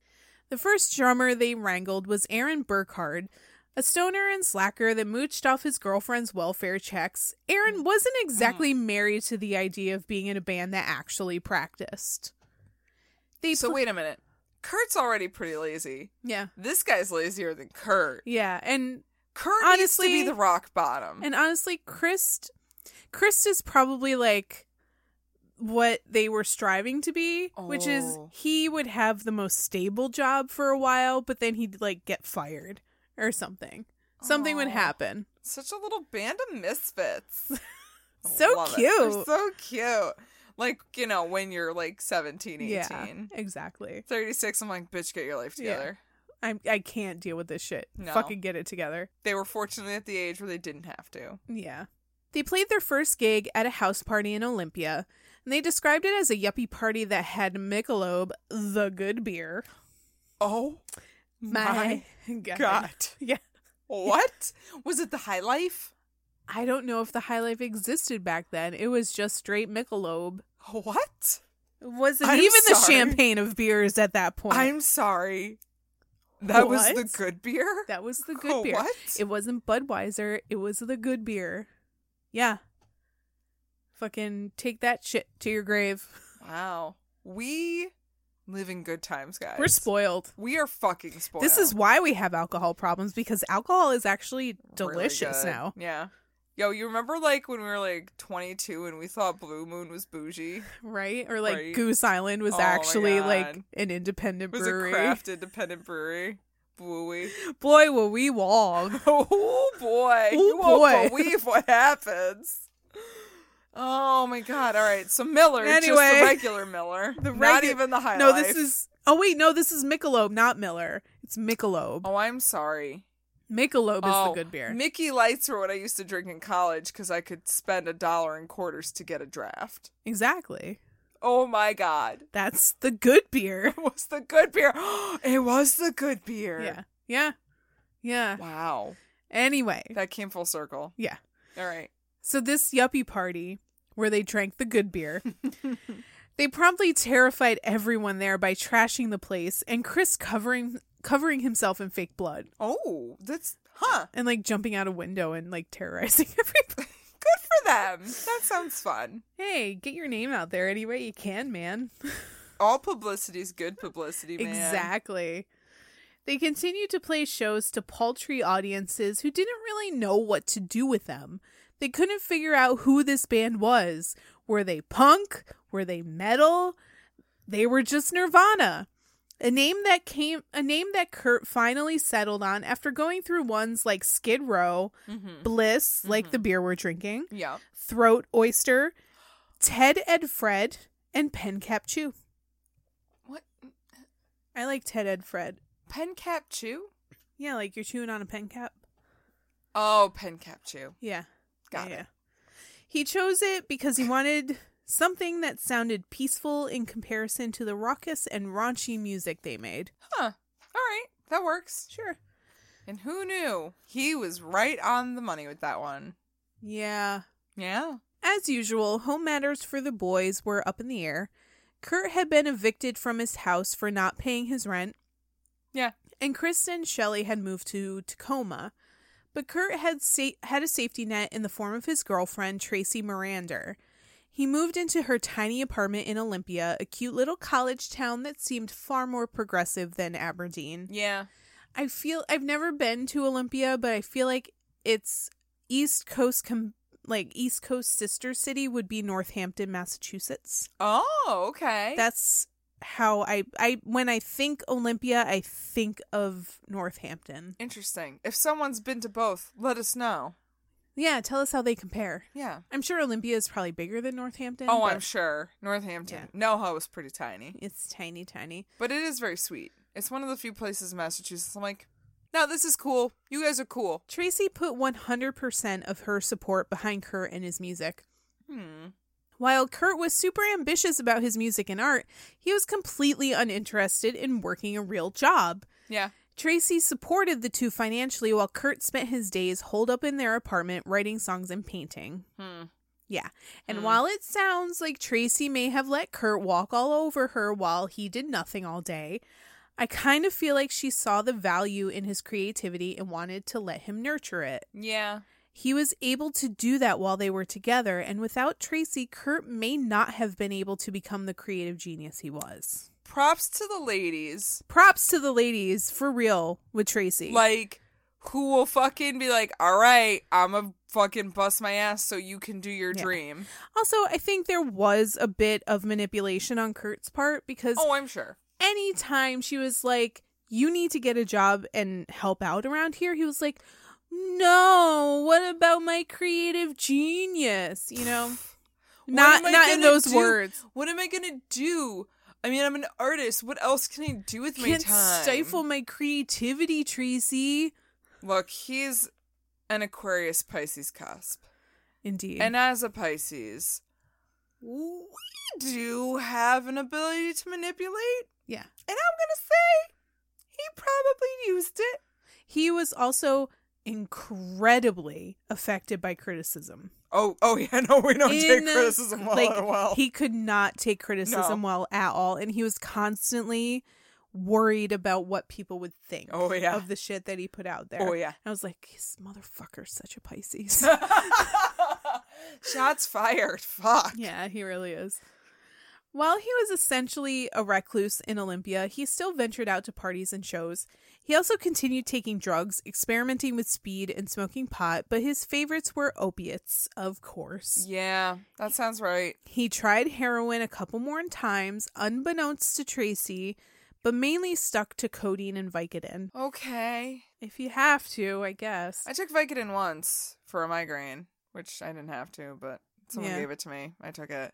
S1: The first drummer they wrangled was Aaron Burkhard, a stoner and slacker that mooched off his girlfriend's welfare checks. Aaron wasn't exactly
S2: Mm.
S1: married to the idea of being in a band that actually practiced. They
S2: so
S1: pl-
S2: wait a minute. Kurt's already pretty lazy.
S1: yeah,
S2: This guy's lazier than Kurt.
S1: yeah, and
S2: Kurt needs to
S1: Honestly-
S2: be the rock bottom.
S1: And honestly, Christ, Christ is probably like what they were striving to be, which is
S2: Oh.
S1: he would have the most stable job for a while, but then he'd like get fired or something. Something would
S2: Aw.
S1: happen.
S2: Such a little band of misfits. I
S1: So
S2: love it. They're
S1: cute.
S2: So cute. Like, you know, when you're like 17, 18.
S1: Yeah, exactly.
S2: 36, I'm like, bitch, get your life
S1: Yeah.
S2: together.
S1: I'm I can't deal with this shit.
S2: No.
S1: Fucking get it together.
S2: They were fortunately at the age where they didn't have to.
S1: Yeah. They played their first gig at a house party in Olympia, and they described it as a yuppie party that had Michelob, the good beer.
S2: Oh my,
S1: God.
S2: God.
S1: Yeah.
S2: What? Was it the high life?
S1: I don't know if the High Life existed back then. It was just straight Michelob.
S2: What?
S1: It wasn't
S2: I'm
S1: even the
S2: sorry.
S1: champagne of beers at that point.
S2: I'm sorry. That was the
S1: What?
S2: good beer?
S1: that was the good
S2: Oh,
S1: beer.
S2: What?
S1: It wasn't Budweiser. It was the good beer. Yeah. Fucking take that shit to your grave.
S2: wow. We live in good times, guys.
S1: We're spoiled.
S2: We are fucking spoiled.
S1: This is why we have alcohol problems because alcohol is actually
S2: Really
S1: delicious
S2: good.
S1: now.
S2: Yeah. Yo, you remember like when we were like 22 and we thought Blue Moon was bougie?
S1: Right? Or like
S2: Right.
S1: Goose Island was
S2: Oh my
S1: actually
S2: God.
S1: like an independent
S2: It was
S1: brewery.
S2: a craft independent brewery. Bluey.
S1: Boy, were we wrong.
S2: Oh boy.
S1: Oh,
S2: you won't
S1: boy.
S2: believe what happens. Oh my god. All right. So Miller, just
S1: Anyway.
S2: the regular Miller.
S1: The
S2: not
S1: regu-
S2: even the high
S1: No,
S2: life.
S1: this is. Oh wait, no, this is Michelob, not Miller. It's Michelob.
S2: Oh, I'm sorry.
S1: Michelob is
S2: oh,
S1: the good beer.
S2: Mickey Lights were what I used to drink in college because I could spend a dollar and quarters to get a draft.
S1: exactly.
S2: Oh my god.
S1: That's the good beer.
S2: It was the good beer. it was the good beer.
S1: Yeah. Yeah. Yeah.
S2: Wow.
S1: Anyway,
S2: That came full circle.
S1: yeah.
S2: All right.
S1: So this yuppie party where they drank the good beer. They promptly terrified everyone there by trashing the place and Chris covering covering himself in fake blood
S2: Oh, that's huh.
S1: and like jumping out a window and like terrorizing everybody.
S2: Good for them. That sounds fun.
S1: hey, get your name out there any way you can, man.
S2: All publicity is good publicity, man.
S1: Exactly. They continued to play shows to paltry audiences who didn't really know what to do with them. They couldn't figure out who this band was. Were they punk? Were they metal? They were just Nirvana. A name that came a name that Kurt finally settled on after going through ones like Skid Row,
S2: Mm-hmm.
S1: Bliss, like the beer we're drinking,
S2: Yeah.
S1: Throat Oyster, Ted Ed Fred, and Pen Cap Chew.
S2: What
S1: I like Ted Ed Fred.
S2: pen cap chew?
S1: Yeah, like you're chewing on a pen cap.
S2: Oh, pen cap chew.
S1: Yeah.
S2: Got
S1: yeah,
S2: it.
S1: yeah. He chose it because he wanted something that sounded peaceful in comparison to the raucous and raunchy music they made.
S2: Huh. All right. That works.
S1: Sure.
S2: And who knew? He was right on the money with that one.
S1: Yeah.
S2: Yeah.
S1: As usual, home matters for the boys were up in the air. Kurt had been evicted from his house for not paying his rent,
S2: Yeah.
S1: and Kristen and Shelley had moved to Tacoma. But Kurt had sa- had a safety net in the form of his girlfriend, Tracy Mirander. He moved into her tiny apartment in Olympia, a cute little college town that seemed far more progressive than Aberdeen.
S2: Yeah.
S1: I feel I've never been to Olympia, but I feel like it's East Coast com- like East Coast sister city would be Northampton, Massachusetts.
S2: Oh, okay.
S1: That's how I I when I think Olympia, I think of Northampton.
S2: interesting. If someone's been to both, let us know.
S1: Yeah, tell us how they compare.
S2: Yeah.
S1: I'm sure Olympia is probably bigger than Northampton.
S2: Oh,
S1: but
S2: I'm sure. Northampton.
S1: Yeah.
S2: NoHo is pretty tiny,
S1: It's tiny, tiny.
S2: but it is very sweet. It's one of the few places in Massachusetts I'm like, no, this is cool. You guys are cool.
S1: Tracy put 100% of her support behind Kurt and his music.
S2: Hmm.
S1: While Kurt was super ambitious about his music and art, he was completely uninterested in working a real job.
S2: Yeah.
S1: Tracy supported the two financially while Kurt spent his days holed up in their apartment writing songs and painting.
S2: Hmm.
S1: Yeah. And
S2: Hmm.
S1: while it sounds like Tracy may have let Kurt walk all over her while he did nothing all day, I kind of feel like she saw the value in his creativity and wanted to let him nurture it.
S2: Yeah.
S1: He was able to do that while they were together, and without Tracy, Kurt may not have been able to become the creative genius he was.
S2: Props to the ladies.
S1: Props to the ladies for real with Tracy.
S2: Like, who will fucking be like, all right, I'm going to fucking bust my ass so you can do your
S1: Yeah.
S2: dream.
S1: Also, I think there was a bit of manipulation on Kurt's part because
S2: Oh, I'm sure.
S1: anytime she was like, You need to get a job and help out around here, he was like, No, what about my creative genius? You know?
S2: What
S1: not
S2: am I
S1: not in
S2: gonna
S1: those
S2: do?
S1: words.
S2: What am I gonna do? I mean, I'm an artist. What else can I do with my
S1: Can't
S2: time?
S1: stifle my creativity, Tracy.
S2: Look, he's an Aquarius Pisces cusp,
S1: Indeed.
S2: and as a Pisces, we do have an ability to manipulate.
S1: yeah.
S2: And I'm gonna say he probably used it.
S1: He was also incredibly affected by criticism.
S2: Oh, oh yeah, no, we don't
S1: In-
S2: take criticism well
S1: like,
S2: at all.
S1: He could not take criticism
S2: No.
S1: well at all, and he was constantly worried about what people would think
S2: Oh, yeah.
S1: of the shit that he put out there.
S2: Oh, yeah.
S1: I was like, this motherfucker's such a Pisces.
S2: Shots fired. Fuck.
S1: yeah, he really is. While he was essentially a recluse in Olympia, he still ventured out to parties and shows. He also continued taking drugs, experimenting with speed, and smoking pot, but his favorites were opiates, of course.
S2: Yeah, that sounds right.
S1: He tried heroin a couple more times, unbeknownst to Tracy, but mainly stuck to codeine and Vicodin.
S2: Okay.
S1: If you have to, I guess.
S2: I took Vicodin once for a migraine, which I didn't have to, but someone
S1: Yeah.
S2: gave it to me. I took it,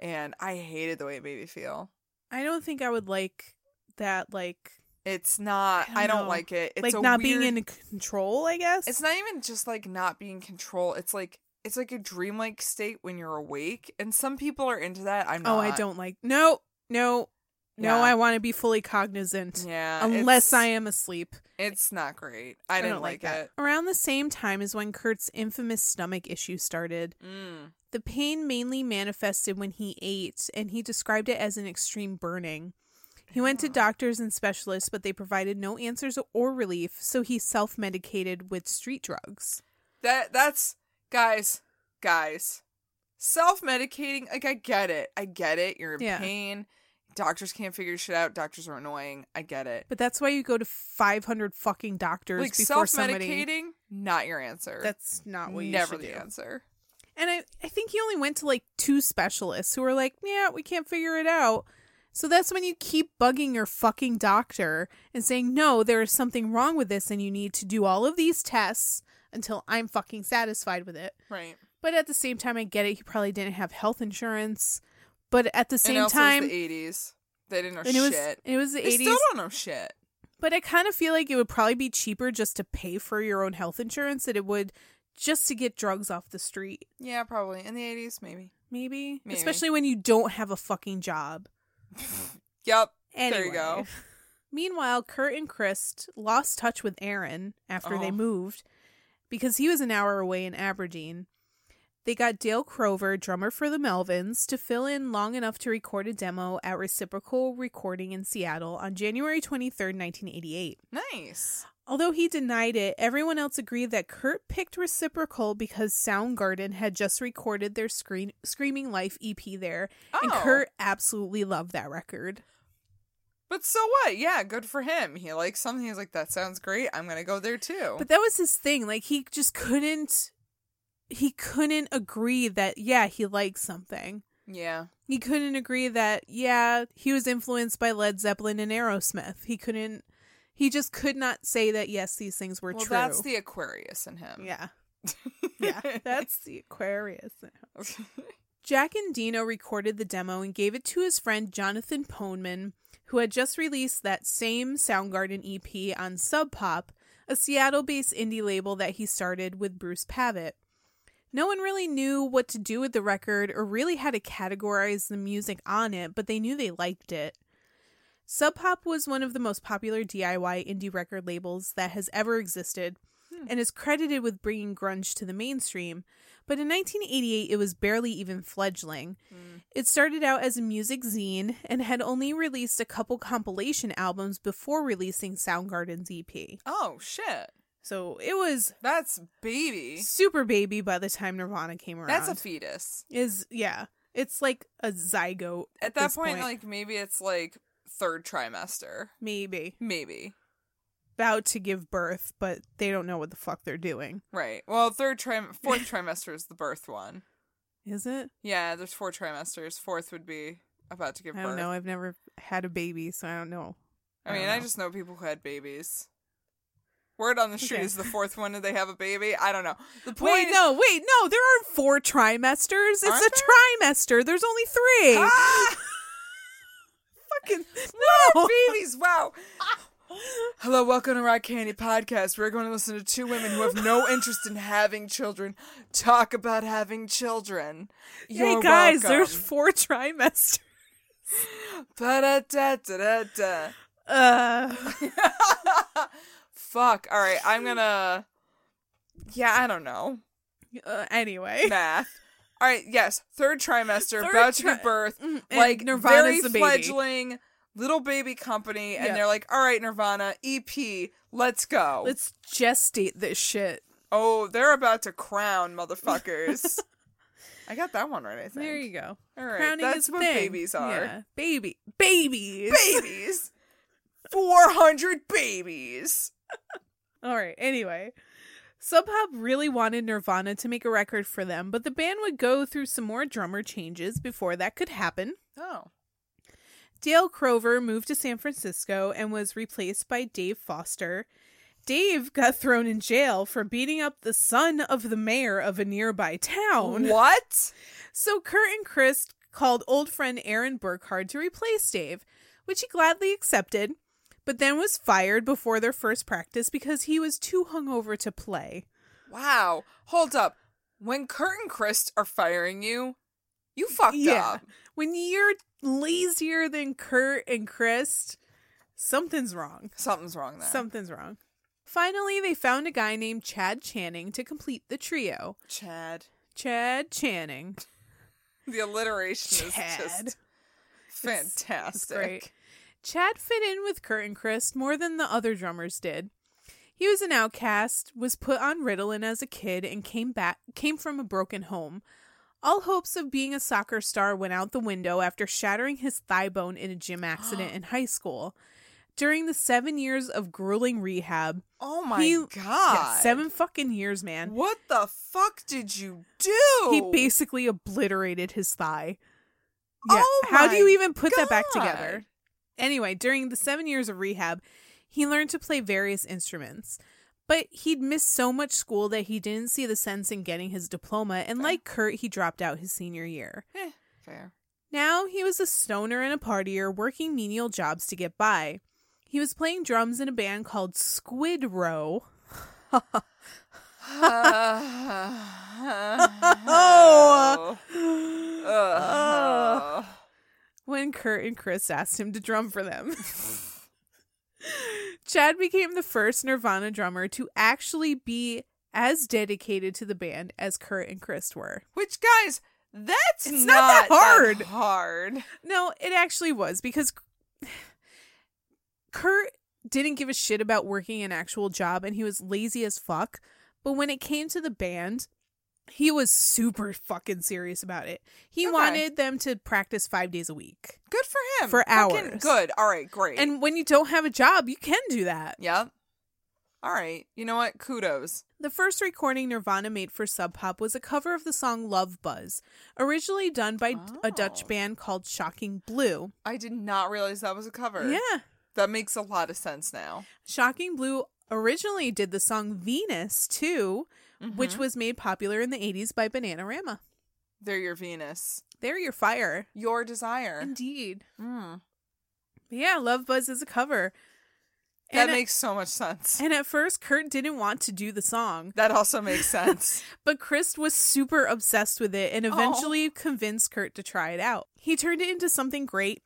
S2: and I hated the way it made me feel.
S1: I don't think I would like that, like,
S2: It's not. I
S1: I
S2: don't,
S1: don't know.
S2: like it. It's
S1: like
S2: a
S1: not
S2: weird-
S1: being in control. I guess
S2: It's not even just like not being control. It's like it's like a dreamlike state when you're awake, and some people are into that. I'm not.
S1: Oh, I don't like. No, no, no.
S2: Yeah.
S1: I want to be fully cognizant.
S2: Yeah,
S1: Unless
S2: it's-
S1: I am asleep.
S2: It's not great. I,
S1: don't
S2: didn't like, it.
S1: Around the same time is when Kurt's infamous stomach issue started.
S2: Mm.
S1: The pain mainly manifested when he ate, and he described it as an extreme burning. He went to doctors and specialists, but they provided no answers or relief, so he self medicated with street drugs.
S2: That that's guys, guys. Self medicating, like I get it. I get it. You're in
S1: Yeah.
S2: pain. Doctors can't figure shit out. Doctors are annoying. I get it.
S1: But that's why you go to 500 fucking doctors
S2: like
S1: before
S2: self
S1: somebody.
S2: medicating, not your answer.
S1: That's not what you
S2: never
S1: should
S2: the
S1: do.
S2: answer.
S1: And I, I think he only went to like two specialists who were like, yeah, we can't figure it out. So that's when you keep bugging your fucking doctor and saying, no, there is something wrong with this and you need to do all of these tests until I'm fucking satisfied with it.
S2: Right.
S1: But at the same time, I get it. He probably didn't have health insurance. But at the
S2: and
S1: same
S2: also
S1: time,
S2: it was the eighties. They didn't know
S1: and it was,
S2: shit.
S1: it was the
S2: they
S1: 80s.
S2: still don't know shit.
S1: But I kind of feel like it would probably be cheaper just to pay for your own health insurance than it would just to get drugs off the street.
S2: Yeah, probably. In the eighties, maybe.
S1: Maybe.
S2: Maybe.
S1: Especially when you don't have a fucking job.
S2: Yep.
S1: Anyway.
S2: There you go.
S1: Meanwhile, Kurt and Christ lost touch with Aaron after they
S2: Oh.
S1: moved because he was an hour away in Aberdeen. They got Dale Crover, drummer for the Melvins, to fill in long enough to record a demo at Reciprocal Recording in Seattle on January 23rd, 1988.
S2: Nice.
S1: Although he denied it, everyone else agreed that Kurt picked Reciprocal because Soundgarden had just recorded their screen- Screaming Life EP there, and
S2: Oh.
S1: Kurt absolutely loved that record.
S2: But so what? Yeah, good for him. He likes something. He's like, that sounds great. I'm gonna go there too.
S1: But that was his thing. Like he just couldn't he couldn't agree that yeah, he likes something.
S2: yeah.
S1: He couldn't agree that yeah, he was influenced by Led Zeppelin and Aerosmith. He couldn't he just could not say that yes, these things were
S2: well,
S1: true.
S2: that's the Aquarius in him.
S1: Yeah. Yeah. that's the Aquarius.
S2: Okay.
S1: Jack and Dino recorded the demo and gave it to his friend Jonathan Poneman, who had just released that same Soundgarden EP on E Sub Pop, a Seattle based indie label that he started with Bruce Pavitt. No one really knew what to do with the record or really how to categorize the music on it, but they knew they liked it. Sub Pop was one of the most popular DIY indie record labels that has ever existed and is credited with bringing grunge to the mainstream. But in 1988, it was barely even fledgling.
S2: Mm.
S1: It started out as a music zine and had only released a couple compilation albums before releasing Soundgarden's EP.
S2: Oh shit.
S1: So it was
S2: That's baby.
S1: super baby by the time Nirvana came around.
S2: That's a fetus.
S1: is yeah. It's like a zygote
S2: At,
S1: at
S2: that
S1: this
S2: point, like maybe it's like third trimester.
S1: maybe
S2: Maybe.
S1: about to give birth, but they don't know what the fuck they're doing.
S2: Right. Well, third trim fourth trimester is the birth one.
S1: Is it?
S2: Yeah, there's four trimesters. Fourth would be about to give
S1: I
S2: birth.
S1: don't know. I've never had a baby, so I don't know.
S2: I mean,
S1: don't
S2: I
S1: know.
S2: just know people who had babies. Word on the street
S1: Okay.
S2: is the fourth one did they have a baby? I don't know. The point
S1: Wait,
S2: is-
S1: no, wait, no. There aren't four trimesters. It's
S2: Aren't
S1: a trimester. There's only three.
S2: Ah!
S1: Fucking
S2: What
S1: no.
S2: are babies? Wow. Hello, welcome to Rock Candy Podcast. We're going to listen to two women who have no interest in having children talk about having children.
S1: Hey
S2: You're
S1: guys,
S2: welcome.
S1: there's four trimesters.
S2: Ba-da-da-da-da-da.
S1: Uh,
S2: Fuck. All right, I'm gonna. Yeah, I don't know
S1: uh anyway.
S2: math. All right, yes, third trimester,
S1: Third
S2: about to
S1: tri-
S2: give birth,
S1: Mm, and
S2: like
S1: Nirvana's
S2: very
S1: the baby.
S2: fledgling little baby company,
S1: Yeah.
S2: and they're like, all right, Nirvana EP, let's go.
S1: Let's gestate this shit.
S2: Oh, they're about to crown motherfuckers. I got that one right, I think.
S1: There you go.
S2: All right,
S1: Crowning
S2: that's
S1: is a
S2: what
S1: thing.
S2: babies are.
S1: Yeah. Baby. Babies.
S2: Babies. 400 babies.
S1: All right. Anyway, Sub Pop really wanted Nirvana to make a record for them, but the band would go through some more drummer changes before that could happen.
S2: Oh.
S1: Dale Crover moved to San Francisco and was replaced by Dave Foster. Dave got thrown in jail for beating up the son of the mayor of a nearby town.
S2: What?
S1: So Kurt and Chris called old friend Aaron Burkhard to replace Dave, which he gladly accepted, but then was fired before their first practice because he was too hungover to play.
S2: Wow. Hold up. When Kurt and Chris are firing you, you fucked up.
S1: When you're lazier than Kurt and Chris, something's wrong.
S2: Something's wrong there.
S1: Something's wrong. Finally, they found a guy named Chad Channing to complete the trio.
S2: Chad.
S1: Chad Channing.
S2: The alliteration is
S1: Chad.
S2: just
S1: It's
S2: fantastic.
S1: great. Chad fit in with Kurt and Chris more than the other drummers did. He was an outcast, was put on Ritalin as a kid, and came back came from a broken home. All hopes of being a soccer star went out the window after shattering his thigh bone in a gym accident in high school. During the seven years of grueling rehab,
S2: Oh my
S1: he-
S2: god.
S1: yeah, seven fucking years, man.
S2: What the fuck did you do?
S1: He basically obliterated his thigh.
S2: Oh
S1: How do you
S2: my
S1: even put that back together?
S2: God.
S1: Anyway, during the seven years of rehab, he learned to play various instruments. But he'd missed so much school that he didn't see the sense in getting his diploma, and like Kurt, he dropped out his senior year.
S2: Eh, fair.
S1: Now he was a stoner and a partier, working menial jobs to get by. He was playing drums in a band called Squid Row.
S2: oh. Uh,
S1: when Kurt and Chris asked him to drum for them. Chad became the first Nirvana drummer to actually be as dedicated to the band as Kurt and Chris were.
S2: Which guys, that's
S1: It's not that hard.
S2: hard.
S1: No, it actually was because Kurt didn't give a shit about working an actual job and he was lazy as fuck. But when it came to the band, he was super fucking serious about it. He
S2: Okay.
S1: wanted them to practice five days a week.
S2: Good for him.
S1: For
S2: Fucking
S1: hours.
S2: Good. All right, great.
S1: And when you don't have a job, you can do that.
S2: yep. All right. You know what? Kudos.
S1: The first recording Nirvana made for Sub Pop was a cover of the song Love Buzz, originally done by d- a Dutch
S2: Oh.
S1: band called Shocking Blue.
S2: I did not realize that was a cover.
S1: Yeah.
S2: That makes a lot of sense now.
S1: Shocking Blue originally did the song Venus too,
S2: Mm-hmm.
S1: which was made popular in the 80s by Bananarama.
S2: They're your Venus.
S1: They're your fire.
S2: Your desire.
S1: Indeed.
S2: Mm.
S1: But yeah, Love Buzz is a cover.
S2: That
S1: And it-
S2: makes so much sense.
S1: And at first, Kurt didn't want to do the song,
S2: That also makes sense.
S1: but Chris was super obsessed with it and eventually convinced Kurt to try it out. He turned it into something great,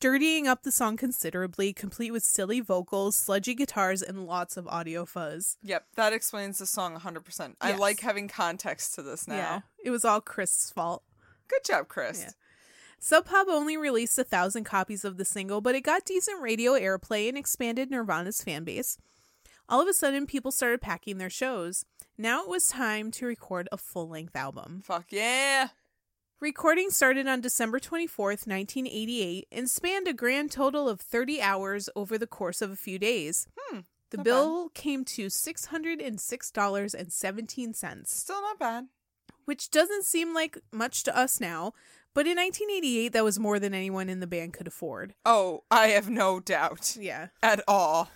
S1: dirtying up the song considerably, complete with silly vocals, sludgy guitars, and lots of audio fuzz.
S2: yep, that explains the song 100%. I
S1: Yes.
S2: like having context to this now.
S1: Yeah, it was all Chris's fault.
S2: Good job, Chris.
S1: Yeah. Sub Pop only released a thousand copies of the single, but it got decent radio airplay and expanded Nirvana's fan base. All of a sudden, people started packing their shows. Now it was time to record a full length album.
S2: Fuck yeah.
S1: Recording started on December 24th, 1988, and spanned a grand total of 30 hours over the course of a few days.
S2: Hmm,
S1: The
S2: not
S1: bill came to $606.17,
S2: Still not bad.
S1: which doesn't seem like much to us now, but in 1988, that was more than anyone in the band could afford.
S2: Oh, I have no doubt
S1: Yeah.
S2: at all.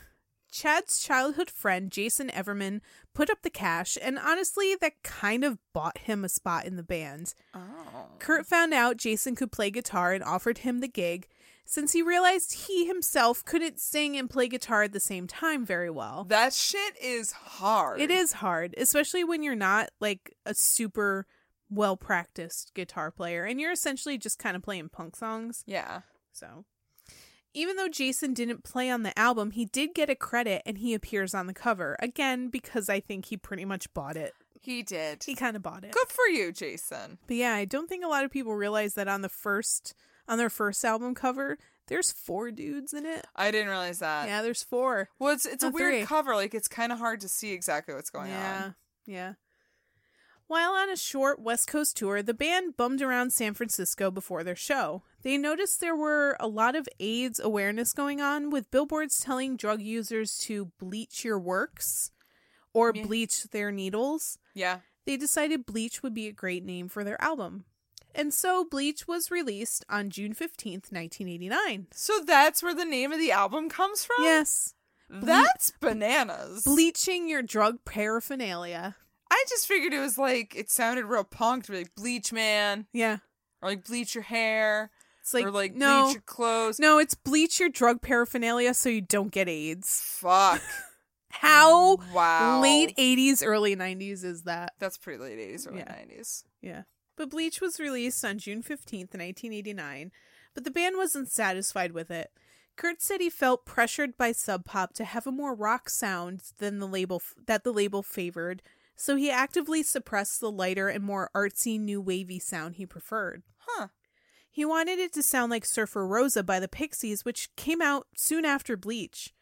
S1: Chad's childhood friend, Jason Everman, put up the cash, and honestly, that kind of bought him a spot in the band.
S2: Oh.
S1: Kurt found out Jason could play guitar and offered him the gig since he realized he himself couldn't sing and play guitar at the same time very well.
S2: That shit is hard.
S1: It is hard, especially when you're not like a super well practiced guitar player and you're essentially just kind of playing punk songs.
S2: Yeah.
S1: So, even though Jason didn't play on the album, he did get a credit and he appears on the cover again because I think he pretty much bought it.
S2: He did.
S1: He kind of bought it.
S2: Good for you, Jason.
S1: But yeah, I don't think a lot of people realize that on the first on their first album cover, there's four dudes in it.
S2: I didn't realize that.
S1: yeah, there's four.
S2: Well, it's, it's a
S1: Oh,
S2: weird
S1: three.
S2: cover. Like, it's kind of hard to see exactly what's going
S1: yeah,
S2: on.
S1: yeah. While on a short West Coast tour, the band bummed around San Francisco before their show. They noticed there were a lot of AIDS awareness going on, with billboards telling drug users to bleach your works or
S2: Yeah.
S1: bleach their needles.
S2: Yeah.
S1: they decided Bleach would be a great name for their album. And so Bleach was released on June 15th, 1989.
S2: So that's where the name of the album comes from?
S1: Yes.
S2: That's bananas.
S1: Bleaching your drug paraphernalia.
S2: I just figured it was like it sounded real punk to be like bleach man
S1: Yeah.
S2: or like bleach your hair
S1: It's like,
S2: or like
S1: no,
S2: bleach your clothes.
S1: no, it's bleach your drug paraphernalia so you don't get AIDS.
S2: Fuck.
S1: How
S2: wow.
S1: late 80s, early 90s is that?
S2: That's pretty late 80s or
S1: Yeah.
S2: 90s.
S1: Yeah. But Bleach was released on June 15th, 1989, but the band wasn't satisfied with it. Kurt said he felt pressured by Sub Pop to have a more rock sound than the label that the label favored, so he actively suppressed the lighter and more artsy new wavy sound he preferred.
S2: Huh.
S1: He wanted it to sound like Surfer Rosa by the Pixies, which came out soon after Bleach.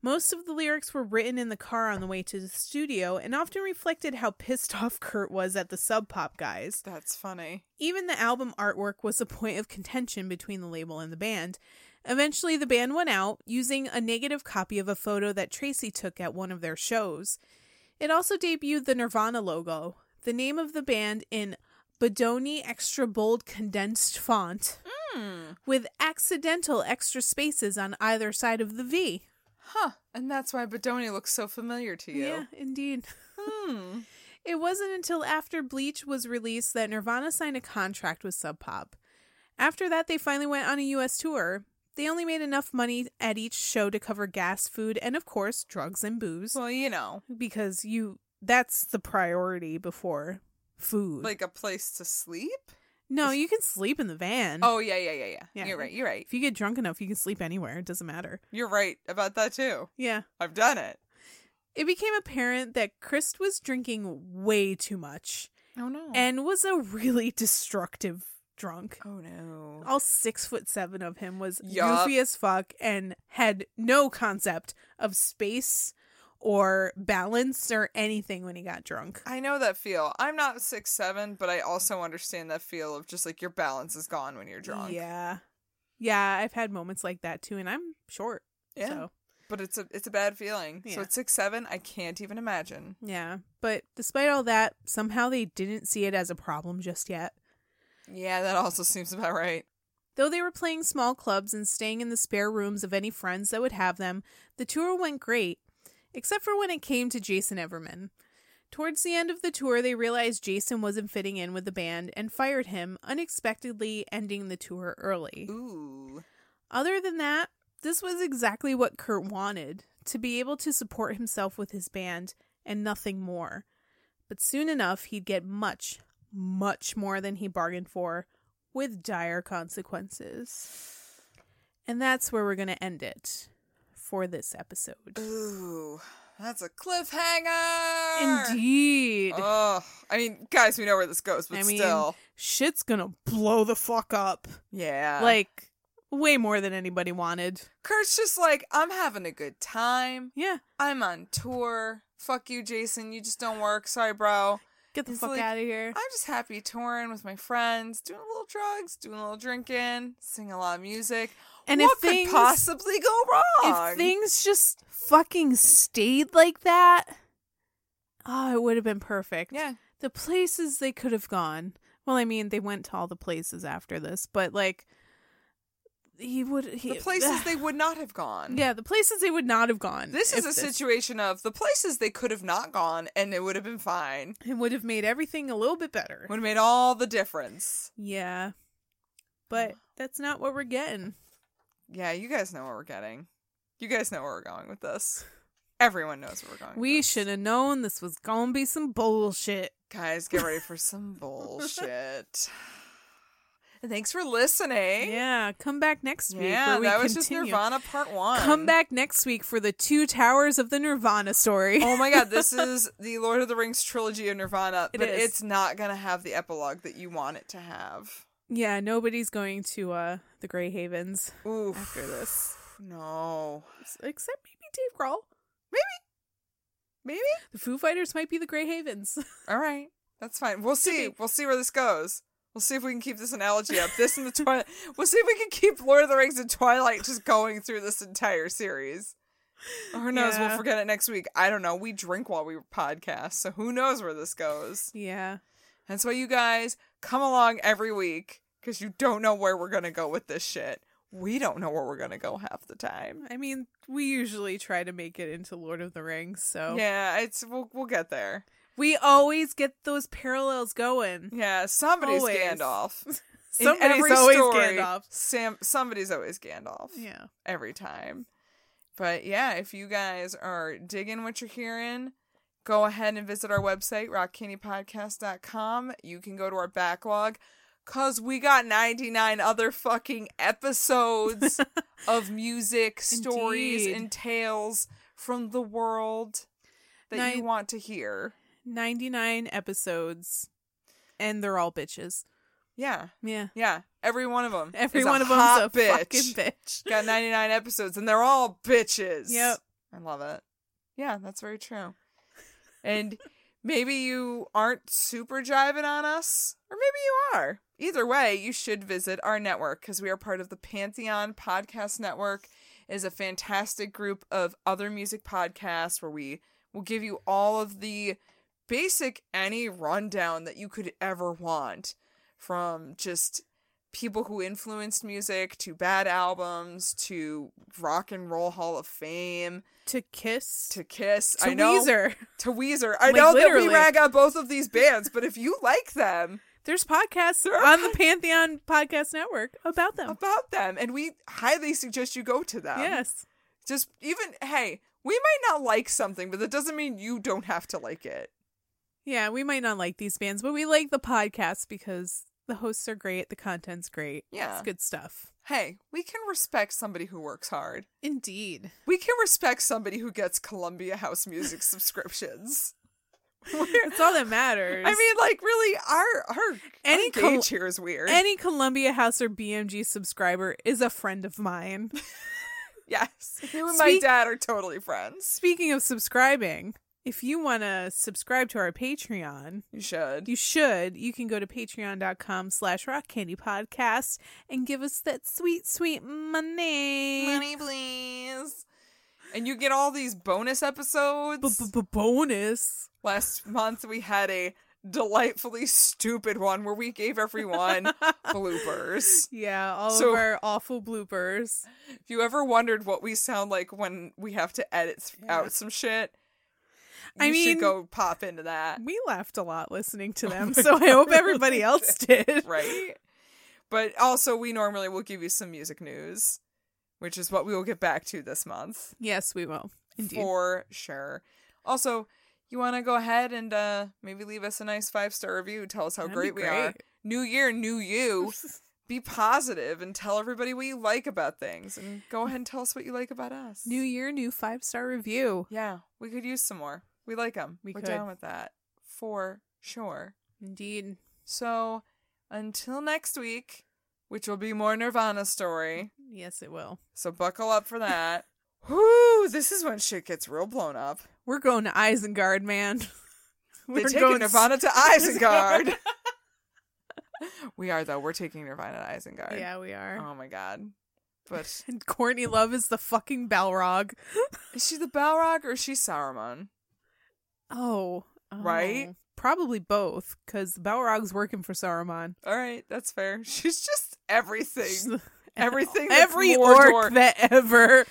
S1: Most of the lyrics were written in the car on the way to the studio and often reflected how pissed off Kurt was at the Sub Pop guys.
S2: That's funny.
S1: Even the album artwork was a point of contention between the label and the band. Eventually, the band went out using a negative copy of a photo that Tracy took at one of their shows. It also debuted the Nirvana logo, the name of the band in Bodoni extra bold condensed font, with accidental extra spaces on either side of the V.
S2: Huh. And that's why Bodoni looks so familiar to you.
S1: Yeah, indeed.
S2: Hmm.
S1: It wasn't until after Bleach was released that Nirvana signed a contract with Sub Pop. After that, they finally went on a US tour. They only made enough money at each show to cover gas, food, and of course, drugs and booze
S2: Well, you know,
S1: because you that's the priority before food.
S2: like a place to sleep.
S1: no, you can sleep in the van.
S2: Oh, yeah, yeah, yeah, yeah.
S1: Mm-hmm. Yeah.
S2: You're right. You're right.
S1: If you get drunk enough, you can sleep anywhere. It doesn't matter.
S2: You're right about that too.
S1: Yeah.
S2: I've done it.
S1: It became apparent that Chris was drinking way too much
S2: Oh, no.
S1: and was a really destructive drunk.
S2: oh, no.
S1: all six foot seven of him was
S2: Yup.
S1: goofy as fuck and had no concept of space or balance or anything when he got drunk.
S2: I know that feel. I'm not six seven, but I also understand that feel of just like your balance is gone when you're drunk.
S1: Yeah. Yeah, I've had moments like that too, and I'm short.
S2: Yeah.
S1: So
S2: But it's a it's a bad feeling.
S1: Yeah.
S2: So at six seven, I can't even imagine.
S1: yeah. But despite all that, somehow they didn't see it as a problem just yet.
S2: Yeah, that also seems about right.
S1: Though they were playing small clubs and staying in the spare rooms of any friends that would have them, the tour went great, except for when it came to Jason Everman. Towards the end of the tour, they realized Jason wasn't fitting in with the band and fired him, unexpectedly ending the tour early.
S2: Ooh.
S1: Other than that, This was exactly what Kurt wanted to be able to support himself with his band and nothing more. But soon enough, he'd get much, much more than he bargained for with dire consequences. And that's where we're going to end it for this episode.
S2: Ooh, that's a cliffhanger.
S1: Indeed.
S2: Oh, I mean, guys, we know where this goes, but
S1: I mean,
S2: still,
S1: shit's going to blow the fuck up.
S2: yeah.
S1: Like, way more than anybody wanted.
S2: Kurt's just like, I'm having a good time.
S1: Yeah.
S2: I'm on tour. Fuck you, Jason. You just don't work. Sorry, bro.
S1: Get the
S2: He's
S1: fuck
S2: like,
S1: out of here.
S2: I'm just happy touring with my friends, doing a little drugs, doing a little drinking, singing a lot of music.
S1: And
S2: what
S1: if things-
S2: could possibly go wrong?
S1: if things just fucking stayed like that, oh, it would have been perfect.
S2: Yeah.
S1: The places they could have gone. Well, I mean, they went to all the places after this, but like, he would. He,
S2: the places they would not have gone.
S1: Yeah, the places they would not have gone.
S2: This is
S1: if
S2: a situation of the places they could have not gone and it would have been fine.
S1: It would have made everything a little bit better.
S2: Would have made all the difference.
S1: Yeah. But that's not what we're getting.
S2: Yeah, you guys know what we're getting. You guys know where we're going with this. Everyone knows where we're going. with
S1: We
S2: this.
S1: should have known this was going to be some bullshit.
S2: Guys, get ready for some bullshit. And Thanks for listening.
S1: Yeah, come back next week.
S2: Eh? Yeah,
S1: where we
S2: that was just
S1: continue.
S2: Nirvana Part One.
S1: Come back next week for the two towers of the Nirvana story.
S2: Oh my god, this is the Lord of the Rings trilogy of Nirvana,
S1: It
S2: but
S1: is.
S2: it's not gonna have the epilogue that you want it to have.
S1: yeah, nobody's going to uh the Grey Havens
S2: Oof.
S1: after this,
S2: No.
S1: except maybe Dave Grohl.
S2: Maybe?
S1: The Foo Fighters might be the Grey Havens.
S2: All right. That's fine. We'll see. We'll see where this goes. We'll see if we can keep this analogy up. This and the Twilight. We'll see if we can keep Lord of the Rings and Twilight just going through this entire series. Who knows?
S1: Yeah.
S2: We'll forget it next week. I don't know. We drink while we podcast, so who knows where this goes?
S1: yeah,
S2: That's why you guys come along every week because you don't know where we're gonna go with this shit. We don't know where we're gonna go half the time.
S1: I mean, we usually try to make it into Lord of the Rings, so
S2: Yeah, it's we'll we'll get there.
S1: we always get those parallels going.
S2: Yeah, somebody's
S1: Always.
S2: Gandalf. In
S1: Somebody's
S2: every
S1: always
S2: story,
S1: Gandalf.
S2: Sam, somebody's always Gandalf.
S1: Yeah,
S2: every time. But yeah, if you guys are digging what you're hearing, go ahead and visit our website, rockcandypodcast.com. You can go to our backlog because we got 99 other fucking episodes of music, stories,
S1: Indeed.
S2: and tales from the world that you
S1: Nine-
S2: want to hear.
S1: ninety nine episodes, and they're all bitches.
S2: Yeah.
S1: Yeah,
S2: Yeah. Every one of them.
S1: every one of them's a fucking bitch.
S2: got 99 episodes and they're all bitches.
S1: Yep.
S2: I love it. Yeah, that's very true. And maybe you aren't super jiving on us, or maybe you are. Either way, you should visit our network because we are part of the Pantheon Podcast Network. It is a fantastic group of other music podcasts where we will give you all of the basic any rundown that you could ever want from just people who influenced music to bad albums to rock and roll hall of fame
S1: To kiss,
S2: to kiss
S1: to
S2: i know
S1: Weezer.
S2: to weezer i
S1: Like,
S2: know that
S1: literally.
S2: we rag on both of these bands but if you like them
S1: There's podcasts
S2: are
S1: on the Pantheon Podcast Network about them.
S2: about them and we highly suggest you go to them
S1: yes.
S2: just even hey we might not like something but that doesn't mean you don't have to like it
S1: Yeah, we might not like these bands, but we like the podcast because the hosts are great, the content's great.
S2: Yeah.
S1: It's good stuff.
S2: hey we can respect somebody who works hard
S1: Indeed.
S2: we can respect somebody who gets columbia house music subscriptions
S1: That's all that matters.
S2: I mean, like, really, our our
S1: Any
S2: any
S1: col-
S2: cage here is weird.
S1: any Columbia House or BMG subscriber is a friend of mine.
S2: yes, you and my
S1: Speak-
S2: dad are totally friends.
S1: Speaking of subscribing, if you want to subscribe to our Patreon,
S2: You should.
S1: you should. You can go to patreon.com slash rock candy podcast and give us that sweet, sweet money.
S2: Money, please. And you get all these bonus episodes.
S1: bonus.
S2: Last month we had a delightfully stupid one where we gave everyone bloopers.
S1: Yeah, all
S2: So-
S1: of our awful bloopers.
S2: If you ever wondered what we sound like when we have to edit th- out some shit,
S1: I
S2: you
S1: mean-
S2: should go pop into that.
S1: We laughed a lot listening
S2: Oh
S1: to them, so I hope everybody else did.
S2: right? But also, we normally will give you some music news. which is what we will get back to this month
S1: Yes, we will. Indeed.
S2: for sure. Also, you want to go ahead and uh, maybe leave us a nice five star review. Tell us how
S1: That'd be
S2: great we are.
S1: great.
S2: New year, new you. be positive and tell everybody what you like about things, and go ahead and tell us what you like about us.
S1: Mm. New year, new five star review.
S2: yeah, we could use some more. We like them.
S1: We
S2: are
S1: could.
S2: down with that for sure.
S1: Indeed.
S2: So, until next week, which will be more Nirvana story.
S1: Yes, it will.
S2: So buckle up for that. Whoo! This is when shit gets real blown up.
S1: We're going to Isengard, man.
S2: They're
S1: We're
S2: taking
S1: going
S2: Nirvana to Isengard. we are though. We're taking Nirvana to Isengard.
S1: Yeah, we are.
S2: Oh my god. But
S1: And Courtney Love is the fucking Balrog.
S2: is she the Balrog or is she Saruman?
S1: Oh.
S2: Right?
S1: oh. Probably both, because Balrog's working for Saruman.
S2: All right, that's fair. She's just everything. Everything. that's
S1: Every
S2: Mordor.
S1: orc that ever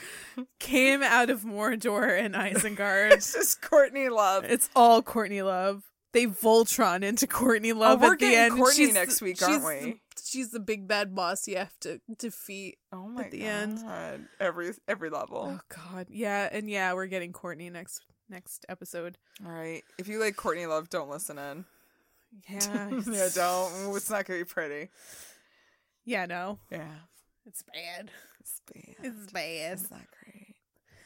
S1: came out of Mordor and Isengard.
S2: It's just Courtney Love.
S1: it's all Courtney Love. They Voltron into Courtney Love
S2: Oh, we're
S1: at the
S2: getting
S1: end. and
S2: Courtney
S1: she's-
S2: next week, aren't
S1: she's the-
S2: we?
S1: she's the big bad boss you have to defeat.
S2: oh my
S1: at the
S2: god.
S1: end.
S2: Every every level.
S1: Oh God, yeah, and yeah, we're getting Courtney next next episode.
S2: All right. If you like Courtney Love, don't listen in.
S1: Yeah,
S2: yeah, don't. Ooh, It's not gonna be pretty.
S1: yeah, no,
S2: Yeah.
S1: it's bad.
S2: It's bad.
S1: It's bad.
S2: It's not great.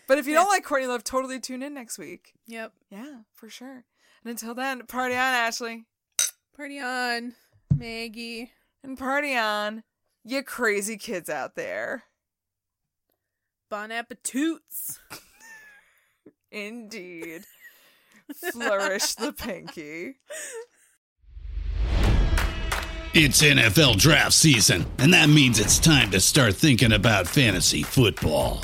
S2: But if you don't like Courtney Love, totally tune in next week.
S1: Yep.
S2: Yeah, for sure. And until then, party on, Ashley.
S1: Party on, Maggie.
S2: And party on, you crazy kids out there.
S1: Bon appetits.
S2: Indeed. Flourish the pinky.
S3: It's NFL draft season, and that means it's time to start thinking about fantasy football.